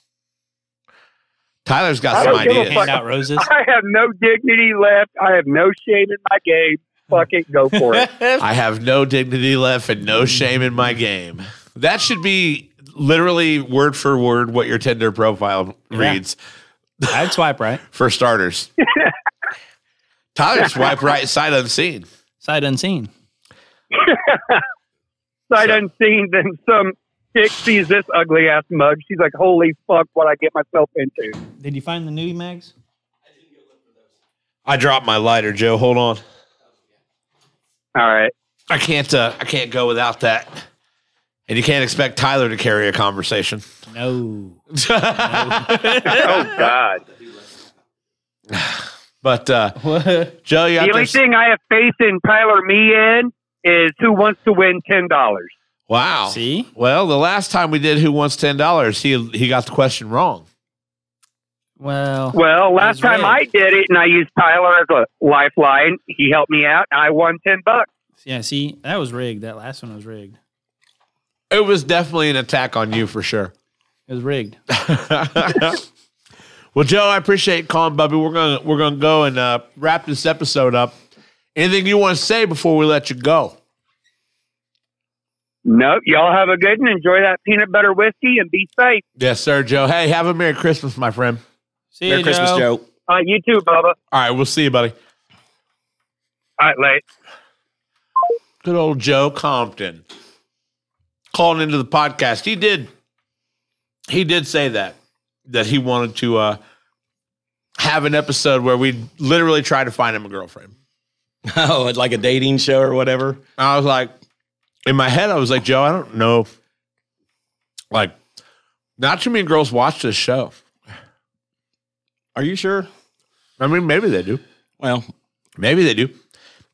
Tyler's got
I
some
don't give a
ideas.
fuck.
Hand out roses.
I have no dignity left. I have no shame in my game. Fuck it, go for it.
I have no dignity left and no shame in my game. That should be literally word for word what your Tinder profile reads.
I'd swipe right,
for starters. Tyler swipe right sight unseen.
sight unseen.
Sight unseen, then some chick sees this ugly ass mug. She's like, "Holy fuck, what I get myself into."
Did you find the new mags?
I dropped my lighter, Joe. Hold on.
All right.
I can't. Uh, I can't go without that. And you can't expect Tyler to carry a conversation.
No.
Oh God.
but But uh, Joe, you
The
have to,
only thing I have faith in Tyler Me in is who wants to win ten dollars.
wow.
See?
Well, the last time we did Who Wants Ten Dollars, he he got the question wrong.
Well,
Well,
That's
last time
right.
I did it, and I used Tyler as a lifeline. He helped me out. I won ten bucks.
yeah. See, that was rigged. That last one was rigged.
It was definitely an attack on you for sure.
It was rigged.
Well, Joe, I appreciate calling, Bubby. We're gonna we're gonna go and uh, wrap this episode up. Anything you want to say before we let you go?
Nope. Y'all have a good one. Enjoy that peanut butter whiskey and be safe.
Yes, sir, Joe. Hey, have a merry Christmas, my friend.
See
Merry
ya,
Christmas,
Joe.
Joe.
Uh, you too, Bubba.
All right, we'll see you, buddy.
All right, late.
Good old Joe Compton calling into the podcast. He did, he did say that that he wanted to uh, have an episode where we literally try to find him a girlfriend.
Oh, like a dating show or whatever.
I was like, in my head, I was like, Joe, I don't know. Like, not too many girls watch this show.
Are you sure?
I mean, maybe they do.
Well,
Maybe they do.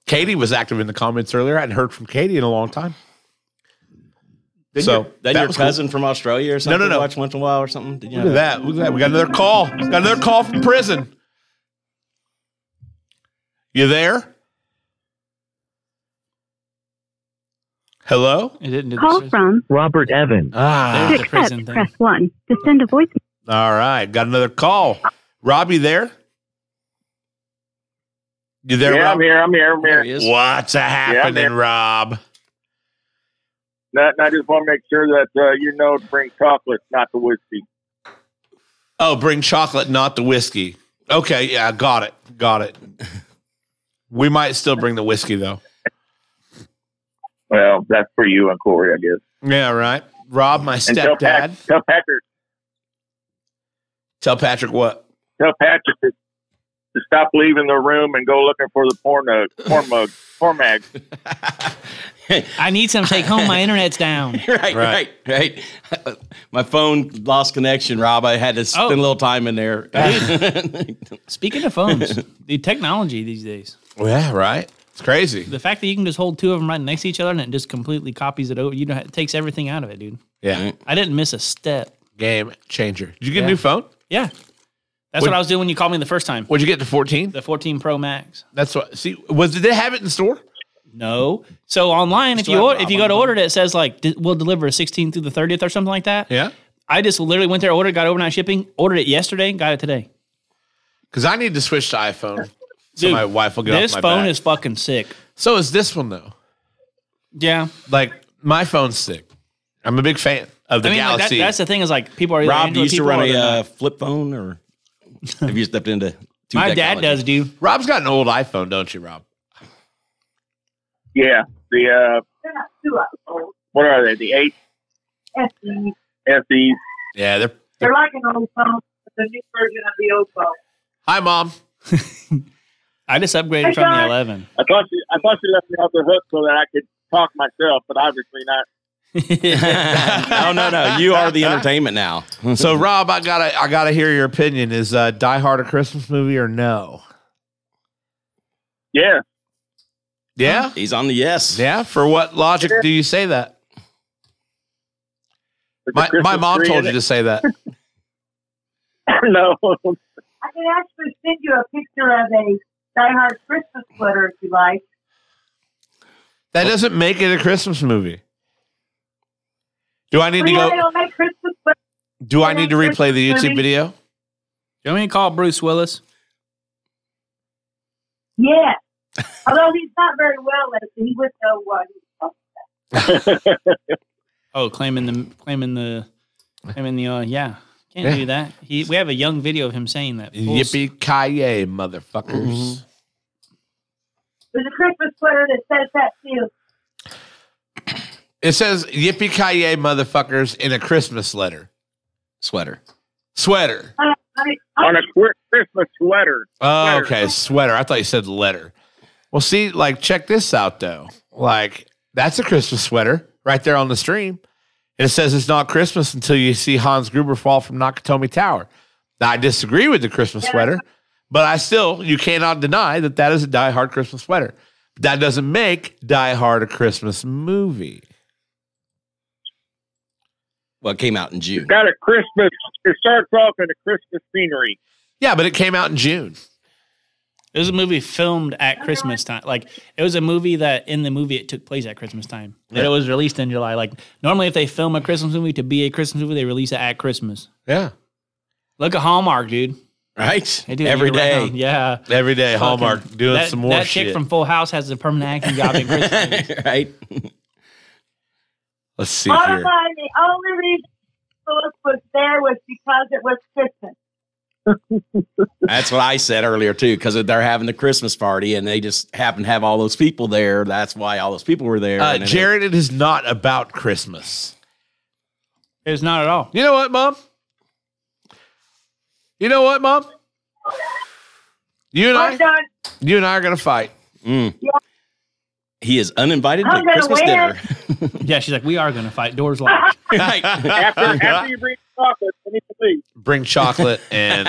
Katie was active in the comments earlier. I hadn't heard from Katie in a long time.
did
So,
so then
that
your
was cool.
cousin from Australia or something?
no.
Watch once in a while or something. Did you
Look at
know
that. Look at that. We got another call. Got another call from prison. You there? Hello?
It didn't do
Call
this.
from
Robert Evans.
Ah.
There's
to
the
accept,
prison thing.
press 1. To send a voice.
All right. Got another call. Robbie there? You there,
Yeah,
Rob?
I'm here. I'm here. I'm
There
here.
he is.
What's a happening,
there.
Rob?
That, I just want to make sure that uh, you know to bring chocolate, not the whiskey.
Oh, bring chocolate, not the whiskey. Okay, yeah, got it. Got it. we might still bring the whiskey though.
Well, that's for you and Corey, I guess.
Yeah, right. Rob, my
And tell, Pat,
stepdad.
tell Patrick,
Tell Patrick what?
tell Patrick to, to stop leaving the room and go looking for the porn uh, porn mug, porn mag.
I need some take home. My internet's down.
right, right, right, My phone lost connection, Rob. I had to spend
Oh.
a little time in there.
Speaking of phones, the technology these days,
Yeah, right. It's crazy.
the fact that you can just hold two of them right next to each other and it just completely copies it over, you know, it takes everything out of it, dude.
Yeah.
I didn't miss a step.
Game changer. Did you get
Yeah.
a new phone?
Yeah. That's what, I was doing when you called me the first time.
What'd you get the 14?
The 14 Pro Max.
That's what see was did they have it in store?
No. So online, if you order, if you go to order it, it says like di- we'll deliver 16th through the 30th or something like that.
Yeah.
I just literally went there, ordered, got overnight shipping, ordered it yesterday, got it today.
Cause I need to switch to iPhone. So
Dude,
my wife will get
This
off my
phone
back.
is fucking sick.
so is this one though.
Yeah.
Like my phone's sick. I'm a big fan of the
I mean, like, that-
Galaxy.
that's the thing is like people are either
Rob, do
Android
you used to
people
run
or
a
they're not.
uh, flip phone, or have you stepped into? to
My dad
technology?
does, dude.
Rob's got an old iPhone, don't you, Rob?
Yeah, the uh, what are they? The eight SEs.
Yeah, they're
E. They're like an old phone, but the new version of the old phone.
Hi, mom.
I just upgraded
Hey,
from the
guys.
11.
I thought you, I thought you left me off the hook so that I could talk myself, but obviously not.
no, no, no. You are the entertainment now.
So, Rob, I gotta, I gotta hear your opinion. Is uh, Die Hard a Christmas movie or no?
Yeah,
Yeah,
he's on the yes.
yeah. For what logic do you say that?
it's a
My, my
Christmas
mom
tree
told
in
you
it.
to say that.
no,
I can actually send you a picture of a Die Hard Christmas sweater if you like.
That doesn't make it a Christmas movie. Do I need to
Well, yeah, they
go?
don't make Christmas sweaters.
Do I need to replay the YouTube video?
You want me to call Bruce Willis?
Yeah. Although he's not very well lately, he would know what.
Oh, claiming the claiming the claiming the uh, yeah. Can't
Yeah.
do that. He, we have a young video of him saying that. Full s-
Yippee ki yay, motherfuckers!
There's a Christmas sweater that says that too.
It says yippee ki yay, motherfuckers, in a Christmas letter
Sweater.
sweater.
I, I,
on
I,
a quir- Christmas sweater.
Oh,
Sweater.
okay, sweater. I thought you said letter. Well, see, like, check this out though. Like, that's a Christmas sweater right there on the stream. And it says it's not Christmas until you see Hans Gruber fall from Nakatomi Tower. Now, I disagree with the Christmas sweater, But I still, you cannot deny that that is a Die Hard Christmas sweater. That doesn't make Die Hard a Christmas movie.
Well, it came out in June.
Got a Christmas. It starts off in a Christmas scenery.
Yeah, but it came out in June.
It was a movie filmed at Christmas time. Like it was a movie that in the movie it took place at Christmas time. That it was released in July. Like normally if they film a Christmas movie to be a Christmas movie, they release it at Christmas.
Yeah.
Look at Hallmark, dude.
Right?
They do it
Every day.
year-round. Yeah.
Every day, Hallmark
Fucking-
doing
that,
some more
That
shit.
chick from Full House has a permanent acting job in Christmas. movies.
right?
Let's see
Bottom
here.
line, the only reason Philip was there was because it was Christmas.
That's what I said earlier too, because they're having the Christmas party and they just happen to have all those people there. That's why all those people were there.
Uh,
And then
Jared, it is not about Christmas.
It's not at all.
You know what, Mom? You know what, Mom? You and
I'm
I,
done.
you and I are gonna fight.
they- Mm. He is uninvited to
I'm gonna
Christmas
win.
dinner.
Yeah, she's like, we are gonna fight. Doors locked.
Right.
After, after you bring chocolate, I need to leave.
Bring chocolate, and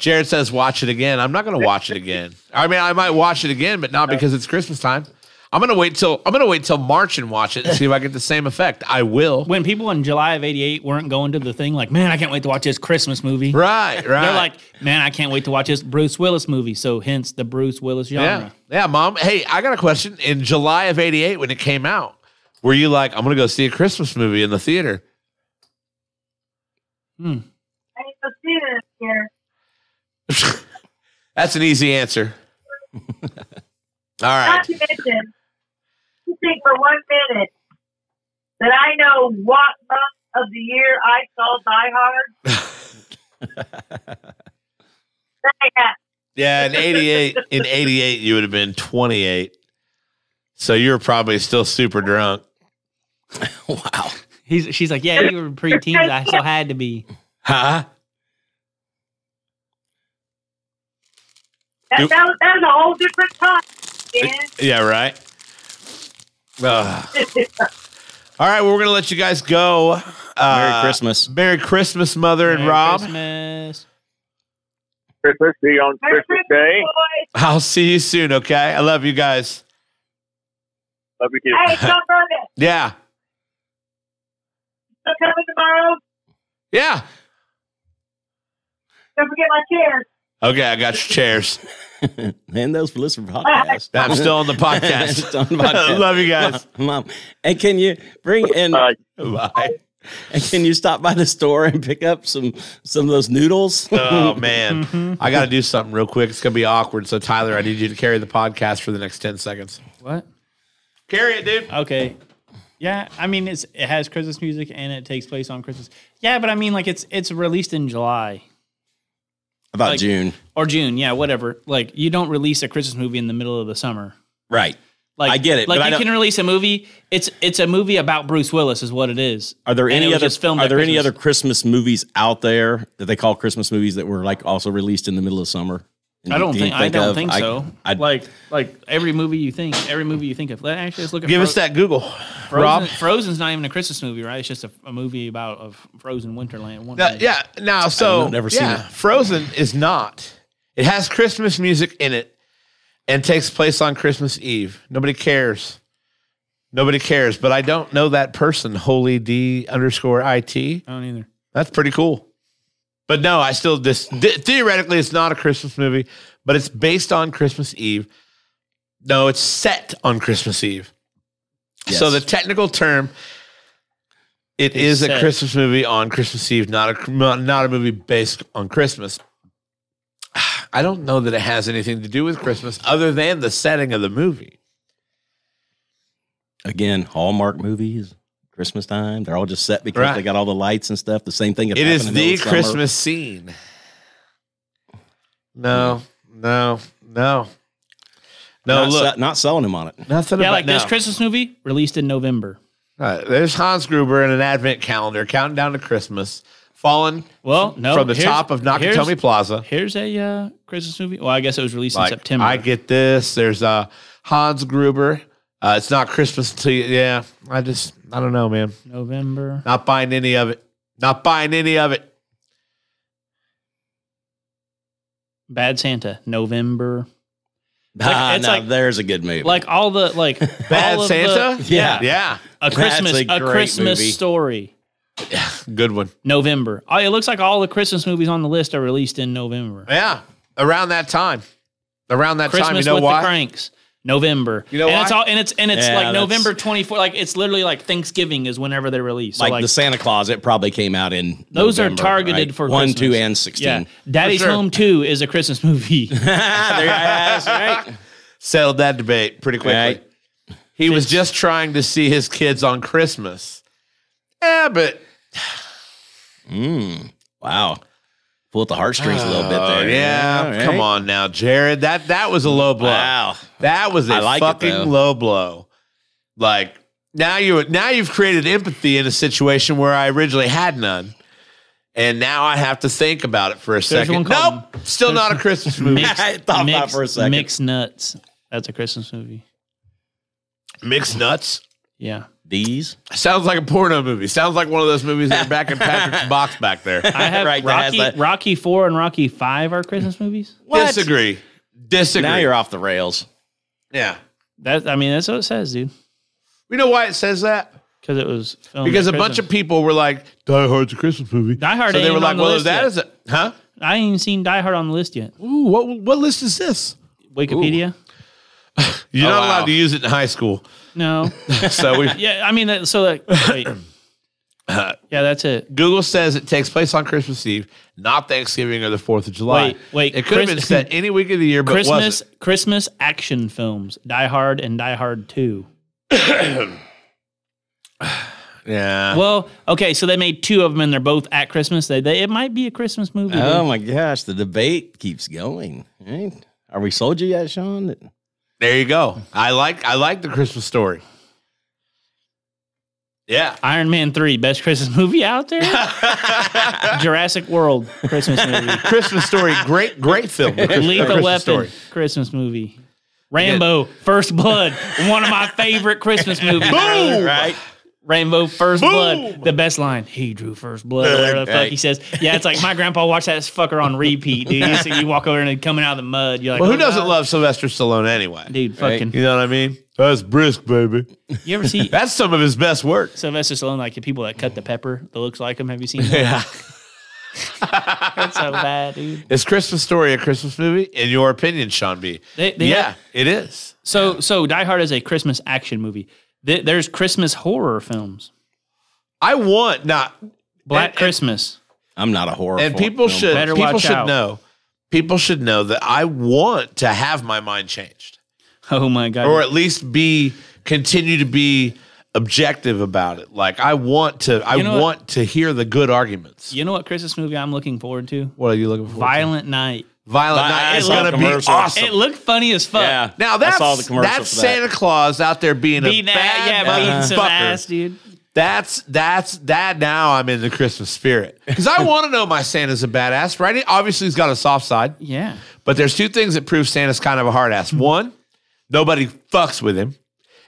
Jared says, "Watch it again." I'm not gonna watch it again. I mean, I might watch it again, but not because it's Christmas time. I'm gonna wait till I'm gonna wait till March and watch it and see if I get the same effect. I will.
when people in July of '88 weren't going to the thing, like, man, I can't wait to watch this Christmas movie.
Right, right.
They're like, man, I can't wait to watch this Bruce Willis movie. So hence the Bruce Willis genre.
Yeah. Yeah, mom. Hey, I got a question. In July of 88, when it came out, were you like, I'm going to go see a Christmas movie in the theater?
I need to see this here.
That's an easy answer. All right.
Not to mention, you think for one minute that I know what month of the year I saw Die Hard. Say that.
Yeah, in 88, in 88, you would have been 28. So you were probably still super drunk.
wow.
He's, she's like, yeah, you were preteens. I still had to be.
Huh?
That,
You-
that, was, that was a whole different time.
Yeah, right. Ugh.
man.
All right, well, we're going to let you guys go. Uh,
Merry Christmas.
Merry Christmas, Mother and
Merry
Rob.
Christmas.
Christmas Eve on
Merry
Christmas Day.
boys.
I'll see you soon, okay? I love you guys.
Love you, kids.
Hey, come on it.
Yeah.
So coming tomorrow.
Yeah.
Don't forget my chair.
Okay, I got your chairs.
and those for listening to podcast.
I'm still on the podcast.
Still on the podcast.
Love you guys.
Mom, Mom, and can you bring in?
Bye.
Bye.
and can you stop by the store and pick up some some of those noodles?
Oh man, I got to do something real quick. It's gonna be awkward. So Tyler, I need you to carry the podcast for the next ten seconds.
What?
Carry it, dude.
Okay. Yeah, I mean it's it has Christmas music and it takes place on Christmas. Yeah, but I mean like it's it's released in July
About
Like-
June,
or June, yeah, whatever. Like you don't release a Christmas movie in the middle of the summer.
right?
Like
I get it,
Like
but I
you
don't-
can release a movie. It's it's a movie about Bruce Willis is what it is.
Are there
And it
any
was
other
just filmed
Are
at
there any
Christmas.
other Christmas movies out there that they call Christmas movies that were like also released in the middle of summer?
I don't
Do you
think, I don't
of-
think
I-
so.
I-
like like every movie you think every movie you think of. Let- Actually, let's look at
Give
Fro-
us that Google,
Frozen,
Rob.
Frozen's not even a Christmas movie, right? It's just a, a movie about a frozen Winterland.
Uh,
Wonderland.
yeah. Now, so
know, never seen
yeah, Frozen is not. It has Christmas music in it, and takes place on Christmas Eve. Nobody cares. Nobody cares. But I don't know that person. Holy D underscore it.
I don't either.
That's pretty cool. But no, I still this th- theoretically it's not a Christmas movie, but it's based on Christmas Eve. No, it's set on Christmas Eve.
Yes.
So the technical term it
It's
is a
set.
Christmas movie on Christmas Eve, not a cr- not a movie based on Christmas. I don't know that it has anything to do with Christmas other than the setting of the movie.
again Hallmark movies. Christmas time, they're all just set because
Right.
they got all the lights and stuff. The same thing. that
It
happened
is
in middle
the
of summer.
Christmas scene. No, no, no, no.
not,
look,
se- not selling him on it.
Nothing
Yeah,
about
like
no.
this Christmas movie released in November.
All right, there's Hans Gruber in an advent calendar counting down to Christmas, fallen
Well, no,
from the
Oh, here's-
top of Nakatomi
here's-
Plaza.
Here's a uh, Christmas movie. Well, I guess it was released
Like,
in September.
I get this. There's uh, Hans Gruber. Uh, it's not Christmas until you, yeah. I just I don't know, man.
November.
Not buying any of it. Not buying any of it.
Bad Santa, November.
ah,
it's
now
like-
there's a good movie.
Like all the like
Bad
all of the-
Santa?
yeah,
yeah.
a Christmas
a
a,
great
Christmas
movie.
story.
Good one.
November. Oh, it looks like all the Christmas movies on the list are released in November.
Yeah. Around that time. Around that
Christmas
time, you know
with the
why?
Cranks. November.
You know
and
why?
it's all and it's and it's
Yeah,
like
that's-
November 24 like it's literally like Thanksgiving is whenever they release. So
like,
like,
the Santa Claus, it probably came out in
those are
November,
targeted
right?
for
one,
Christmas.
two, and sixteen.
Yeah. Daddy's
For sure.
Home 2 is a Christmas movie.
there, that's right.
Settled that debate pretty quickly.
Right.
He was just trying to see his kids on Christmas. Yeah, but
Mm, wow, pull at the heartstrings a little bit
Oh,
there.
yeah,
right?
come on now, Jared. That that was a low blow.
Wow,
That was
I
a
like it,
fucking
though.
low blow. Like now you now you've created empathy in a situation where I originally had none. And now I have to think about it for a
one
second.
called-
Nope, still not a Christmas movie.
Mixed-
I thought about it
mixed-
for a second.
Mixed Nuts. That's a Christmas movie.
Mixed nuts.
Yeah.
these
Sounds like a porno movie. Sounds like one of those movies that are back in Patrick's box back there.
I have
Right, that has
Rocky,
that-
Rocky 4 and Rocky 5 are Christmas movies.
Disagree. Disagree.
Now you're off the rails.
yeah.
That I mean that's what it says, dude.
You know why it says that?
Because it was filmed
Because
at
a bunch
Christmas.
of people were like, Die Hard's a Christmas movie.
Die Hard
So they
ain't
were
on
like,
the
well,
list
that
yet.
is a, huh?
I ain't even seen Die Hard on the list yet.
Ooh, what, what list is this?
Wikipedia?
You're
Oh,
not
wow.
allowed to use it in high school.
No.
So we,
yeah, I mean, that- so like, wait. yeah, that's it.
Google says it takes place on Christmas Eve, not Thanksgiving or the 4th of July.
Wait, wait,
It could have
Chris-
been set any week of the year, but
Christmas,
wasn't.
Christmas action films: Die Hard and Die Hard Two.
Yeah.
Well, okay, so they made two of them, and they're both at Christmas. They, they it might be a Christmas movie. dude.
Oh my gosh, the debate keeps going. Right? Are we sold you yet, Sean?
there you go. I like I like the Christmas story. Yeah.
Iron Man Three, best Christmas movie out there. Jurassic World, Christmas movie.
Christmas story. Great, great film. The Christmas-
Lethal
Christmas
Weapon,
Story.
Christmas movie. Rambo, First Blood, one of my favorite Christmas movies.
Boom!
Right?
Rainbow First
Boom!
Blood. The best line. He drew first blood. or Whatever the fuck
Right.
he says. Yeah, it's like my grandpa watched that fucker on repeat, dude. You, see, you walk over and it coming out of the mud. You're like,
Well, who
"Oh,
doesn't
God."
love Sylvester Stallone anyway?
Dude, fucking.
You know what I mean? That's brisk, baby.
You ever see
That's some of his best work.
Sylvester Stallone like the people that cut the pepper that looks like him? Have you seen that?
Yeah.
That's so bad, dude.
Is Christmas Story a Christmas movie? In your opinion, Sean B.
They- they-
yeah, it is.
So, so Die Hard is a Christmas action movie. Th- There's Christmas horror films.
I want not, And-
Black
and-
Christmas.
I'm not a horror.
and
film-
people
film
should
Better
people
watch
should
out.
know. People should know that I want to have my mind changed,
Oh my God.
or at least be continue to be objective about it. Like I want to, I
You know what?
want to hear the good arguments.
you know what Christmas movie I'm looking forward to?
What are you looking for?
Violent Night.
Violent
I- I
Night is
saw
going to be
commercials.
awesome.
It looked funny as fuck.
Yeah.
now that's
I saw the commercial
that's
for that.
Santa Claus out there being
Beating
a
that, yeah,
bad
beating some
motherfucker.
ass, dude.
That's that's that. Now I'm in the Christmas spirit because I want to know my Santa's a badass, right? He obviously, he's got a soft side,
Yeah.
but there's two things that prove Santa's kind of a hard ass. One, nobody fucks with him,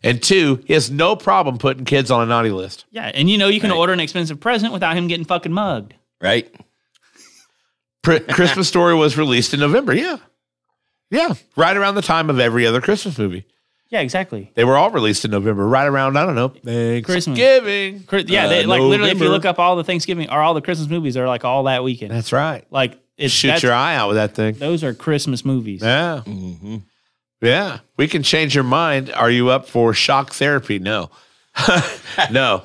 and two, he has no problem putting kids on a naughty list.
Yeah. And you know, you can order an expensive present without him getting fucking mugged.
right.
Pr- Christmas Story was released in November. Yeah, yeah, right around the time of every other Christmas movie.
Yeah, exactly.
They were all released in November, right around I don't know Thanksgiving.
Cri- Yeah,
Uh,
they, like literally, if you
November.
look up all the Thanksgiving or all the Christmas movies, they're like all that weekend.
That's right.
Like it's
Shoot
that's-
your eye out with that thing.
Those are Christmas movies.
Yeah.
Mhm.
Yeah, we can change your mind. Are you up for shock therapy? No, no,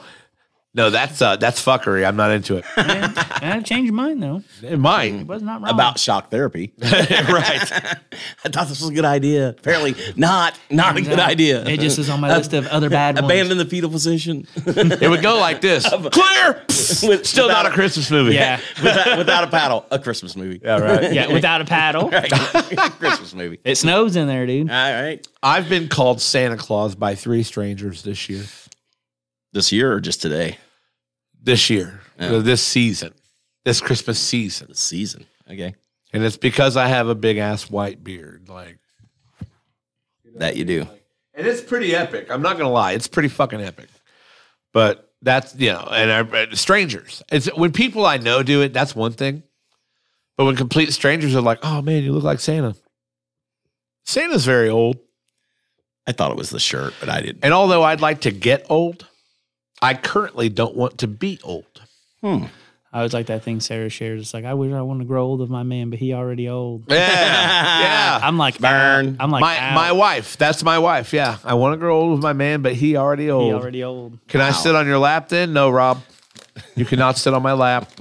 no. That's uh, that's fuckery. I'm not into it.
I changed your mind though.
It might.
Was not wrong
About shock therapy, right? I thought this was a good idea. Apparently, not not a good idea.
It just is on my list of other bad ones.
Abandon the fetal position.
It would go like this. Clear.
With-
Still not a
without-
Christmas movie.
Yeah,
without, without a paddle, a Christmas movie.
All right.
yeah. Without a paddle,
Christmas movie.
it snows in there, dude.
All right.
I've been called Santa Claus by three strangers this year.
This year or just today?
This year.
Yeah.
Uh, This season. This Christmas season.
The season. Okay.
And it's because I have a big ass white beard. Like,
That you do.
and it's pretty epic. I'm not gonna lie, it's pretty fucking epic. But that's you know, and I, but strangers. It's when people I know do it. That's one thing. But when complete strangers are like, "Oh man, you look like Santa," Santa's very old.
I thought it was the shirt, but I didn't.
And although I'd like to get old, I currently don't want to be old.
I was like that thing Sarah shares. It's like I wish I wanted to grow old of my man, but he already old.
Yeah, yeah.
I'm like
Burn.
out. I'm like
my
out.
my wife. That's my wife. Yeah, I want to grow old with my man, but he already old.
he already old.
Can I sit on your lap then? No, Rob. You cannot sit on my lap.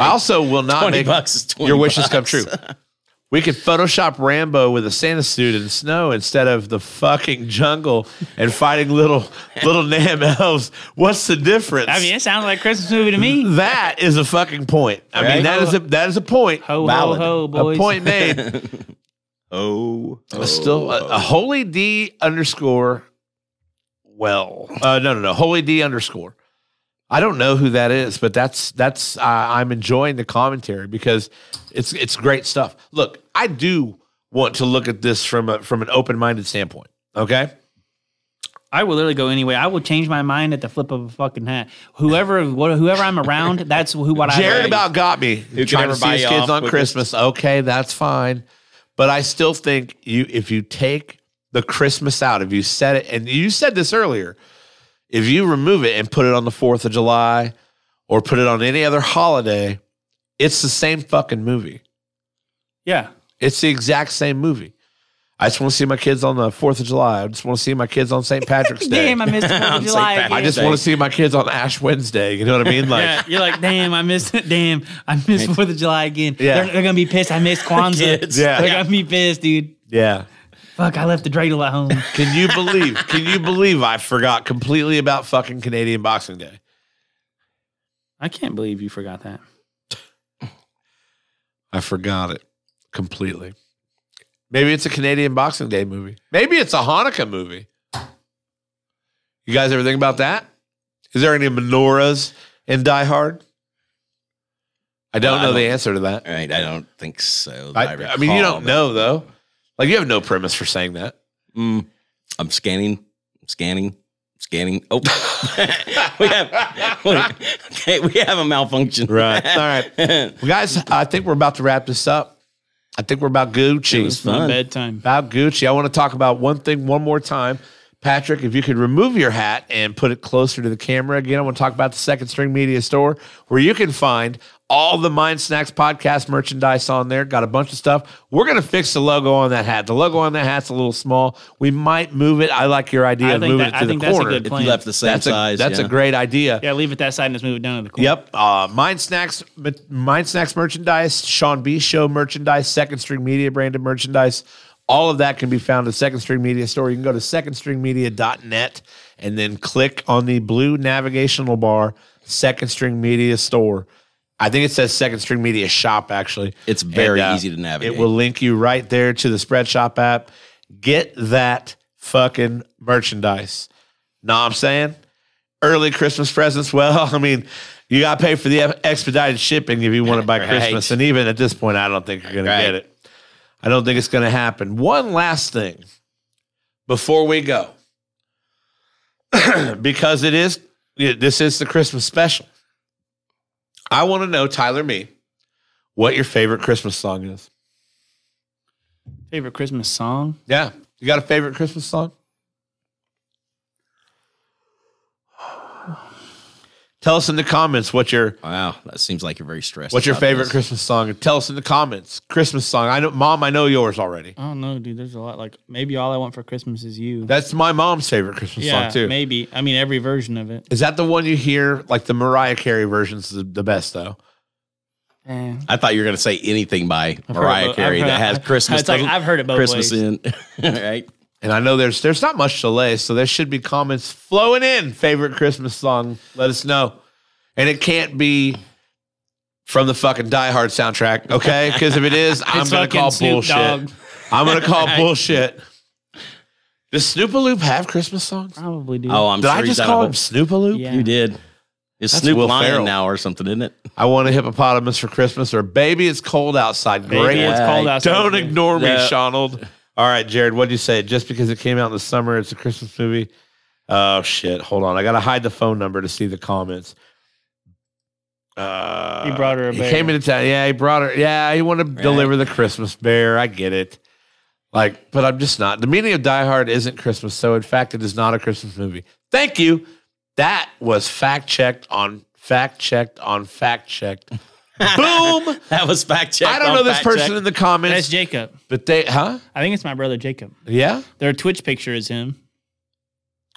I also will not
20
make
bucks is 20
your wishes
bucks.
come true. We could Photoshop Rambo with a Santa suit and snow instead of the fucking jungle and fighting little little Nam elves. What's the difference?
I mean, it sounds like a Christmas movie to me.
that is a fucking point. I
Right?
mean, that is a that is a point.
Ho
Valid.
ho ho,
A
boys.
point made.
Oh, oh,
It's still a, a holy D underscore well. Uh, no, no, no. Holy D underscore. I don't know who that is, but that's that's uh, I'm enjoying the commentary because it's it's great stuff. Look, I do want to look at this from a from an open minded standpoint. Okay,
I will literally go anyway. I will change my mind at the flip of a fucking hat. Whoever, what, whoever I'm around, that's who what I.
Jared
like.
about got me
can
trying
ever
to see
buy
his
you
kids
off
on
quickest?
Christmas. Okay, that's fine, but I still think you if you take the Christmas out, if you set it, and you said this earlier, if you remove it and put it on the Fourth of July or put it on any other holiday, it's the same fucking movie.
Yeah,
It's the exact same movie. I just want to see my kids on the Fourth of July. I just want to see my kids on St. Patrick's Day.
damn, I missed the Fourth of
I'm
July.
saying
again.
back-
I just want to see my kids on Ash Wednesday. You know what I mean? Like,
yeah, you're like, damn, I missed it. Damn, I missed Fourth of July again.
Yeah.
They're, they're gonna be pissed. I missed Kwanzaa.
Kids.
Yeah.
they're gonna be pissed, dude.
yeah.
Fuck, I left the dreidel at home.
Can you believe? Can you believe I forgot completely about fucking Canadian Boxing Day?
I can't believe you forgot that.
I forgot it completely. Maybe it's a Canadian Boxing Day movie. Maybe it's a Hanukkah movie. You guys ever think about that? Is there any menorahs in Die Hard? I don't
Uh, I
know the
don't-
answer to that.
All right, I don't think so. that
I, I mean, you
recall,
don't know though. Like you have no premise for saying that.
but- Mm, I'm scanning, scanning, scanning. Oh, we have okay, we have a malfunction.
Right. All right. Well, guys, I think we're about to wrap this up. I think we're about Gucci.
It was
It's my
Fun.
bedtime.
About Gucci, I want to talk about one thing one more time. Patrick, if you could remove your hat and put it closer to the camera again, I want to talk about the Second String Media Store, where you can find all the Mind Snacks podcast merchandise on there. Got a bunch of stuff. We're going to fix the logo on that hat. The logo on that hat's a little small. We might move it. I like your idea
I
of
think
moving
that-
it
I
to the
think that's a
corner.
good
If
plan.
you left the same
that's a,
size.
that's
yeah.
a great idea.
Yeah, leave it that side and just move it down to the corner.
Yep. Uh, Mind Snacks, Mind Snacks merchandise, Sean B Show merchandise, Second String Media branded merchandise. All of that can be found at Second String Media Store. You can go to secondstringmedia.net and then click on the blue navigational bar, Second String Media Store. I think it says Second String Media Shop, actually.
It's very
And, uh,
easy to navigate.
It will link you right there to the Spread Shop app. Get that fucking merchandise. Know what I'm saying? Early Christmas presents. Well, I mean, you got to pay for the expedited shipping if you want it by
Right.
Christmas. And even at this point, I don't think you're going
Right.
to get it. I don't think it's going to happen. One last thing before we go, because it is, yeah, this is the Christmas special. I want to know, Tyler, me, what your favorite Christmas song is.
Favorite Christmas song?
Yeah. You got a favorite Christmas song? Tell us in the comments what your
Wow, that seems like you're very stressed.
what's your
about
favorite
this.
Christmas song. Tell us in the comments. Christmas song. I know mom, I know yours already.
I don't know, dude. There's a lot. Like maybe all I want for Christmas is you.
That's my mom's favorite Christmas
yeah,
song too.
maybe. I mean, every version of it.
Is that the one you hear? Like the Mariah Carey version's the, the best though.
Eh.
I thought you were going to say anything by
I've heard it
Mariah
both-
Carey
I've
that
heard-
has Christmas.
It's like,
thing-
I've heard it both
Christmas
ways.
in. right.
And I know there's there's not much delay, so there should be comments flowing in. Favorite Christmas song? Let us know. And it can't be from the fucking Die Hard soundtrack, okay? Because if it is, I'm
It's
gonna
fucking
call
Snoop
bullshit.
Dogg.
I'm gonna call bullshit. Does Snoopaloop have Christmas songs?
Probably do.
Oh, I'm
Did
sure
I
he's
just
done a
call
whole-
him Snoopaloop?
Yeah.
You did. It's
That's
Snoop
Will
Lion
Ferrell.
now or something, isn't it?
I want a hippopotamus for Christmas, or baby, it's cold outside.
Baby,
Great,
it's cold outside.
Don't ignore me,
Yeah.
Shonald. All right, Jared, what'd you say? Just because it came out in the summer, it's a Christmas movie. Oh shit! Hold on, I gotta hide the phone number to see the comments. Uh,
He brought her a
he
bear.
came into town. Yeah, he brought her. Yeah, he wanted to deliver the Christmas bear. I get it. Like, but I'm just not. The meaning of Die Hard isn't Christmas. So, in fact, it is not a Christmas movie. Thank you. That was fact checked on fact checked on fact checked. Boom. I
That was fact checked.
don't
on
know this
fact
person
check.
in the comments,
That's Jacob.
but they, huh?
I think it's my brother Jacob.
Yeah.
Their Twitch picture is him.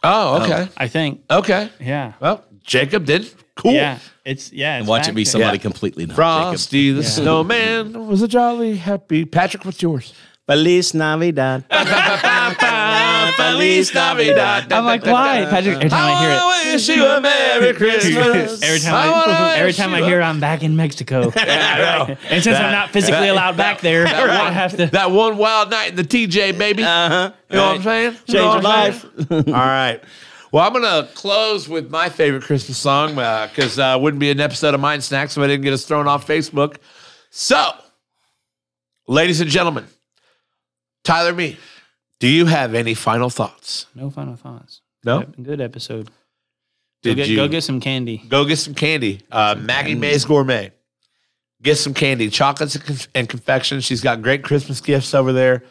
Oh, okay.
I think.
Okay.
Yeah.
Well, Jacob did. Cool.
Yeah. It's yeah. It's
Watch it be
fact-checked.
somebody
Yeah.
completely not Jacob.
Frosty the Snowman was a jolly happy. Patrick, what's yours?
Feliz Navidad. Feliz Navidad.
I'm like, why, Patrick? Every time I hear it.
I wish you a Merry Christmas.
Every time I,
wanna
every
wish
time I
you a-
hear I'm back in Mexico. and since I'm not physically allowed back there, I have to.
that one wild night in the TJ, baby.
Uh-huh.
You know what I'm saying? Change
Change your life.
All right. Well, I'm gonna close with my favorite Christmas song because uh, it wouldn't be an episode of Mind Snacks if I didn't get us thrown off Facebook. So, ladies and gentlemen, Tyler, me, do you have any final thoughts?
No final thoughts.
No?
Good episode.
Oh. Did
go get,
you
Go get some candy.
Go get some candy? Uh, Maggie Mae's Gourmet. Get some candy, chocolates and, conf- and confections. She's got great Christmas gifts over there.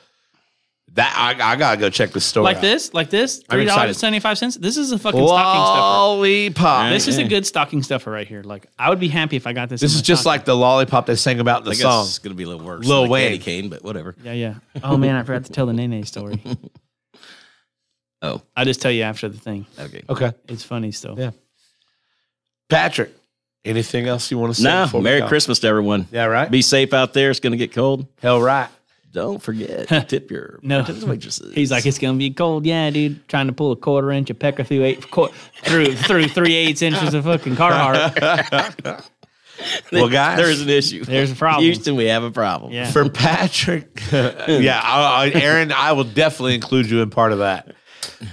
That I, I gotta go check the store.
Like
out.
this, like this,
I'm
three
excited.
dollars seventy five cents. This is a fucking stocking stuffer.
lollipop.
This is a
Yeah.
good stocking stuffer right here. Like I would be happy if I got this.
This
in
is
my
just
stocking.
like the lollipop they sang about in the
I guess
song.
it's gonna be a little worse.
Lil
than the
Wayne.
candy cane, but whatever.
yeah, yeah. Oh man, I forgot to tell the Nene story.
Oh,
I'll just tell you after the thing.
okay.
Okay,
It's funny still.
Yeah. Patrick. Anything else you want to say?
Nah,
before we
Merry
go?
Christmas to everyone.
Yeah, right.
Be safe out there. It's gonna get cold.
Hell right.
Don't forget to tip your
No.
bartenders and waitresses.
He's like, it's gonna be cold, yeah, dude. Trying to pull a quarter inch of pecker through eight qu- through through three eighths inches of fucking Carhartt.
Well, guys,
there's an issue.
There's a problem.
Houston, we have a problem.
Yeah.
for Patrick. yeah, I, I, Aaron, I will definitely include you in part of that.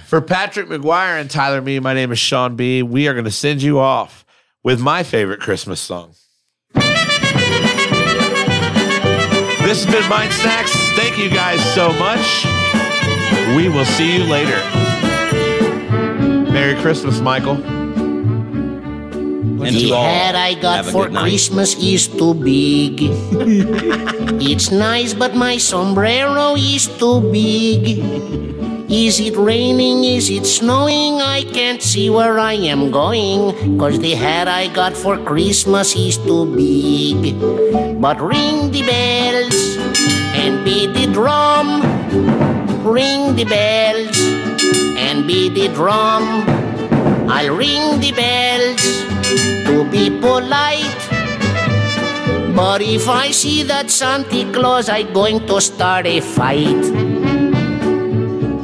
For Patrick McGuire and Tyler Me, my name is Sean B. We are going to send you off with my favorite Christmas song. This has been Mind Snacks. Thank you guys so much. We will see you later. Merry Christmas, Michael.
And
The
to all,
hat I got
have a
for
good night.
Christmas is too big. it's nice, but my sombrero is too big. Is it raining? Is it snowing? I can't see where I am going. Cause the hat I got for Christmas is too big. But ring the bells and beat the drum. Ring the bells and beat the drum. I'll ring the bells to be polite. But if I see that Santa Claus, I'm going to start a fight.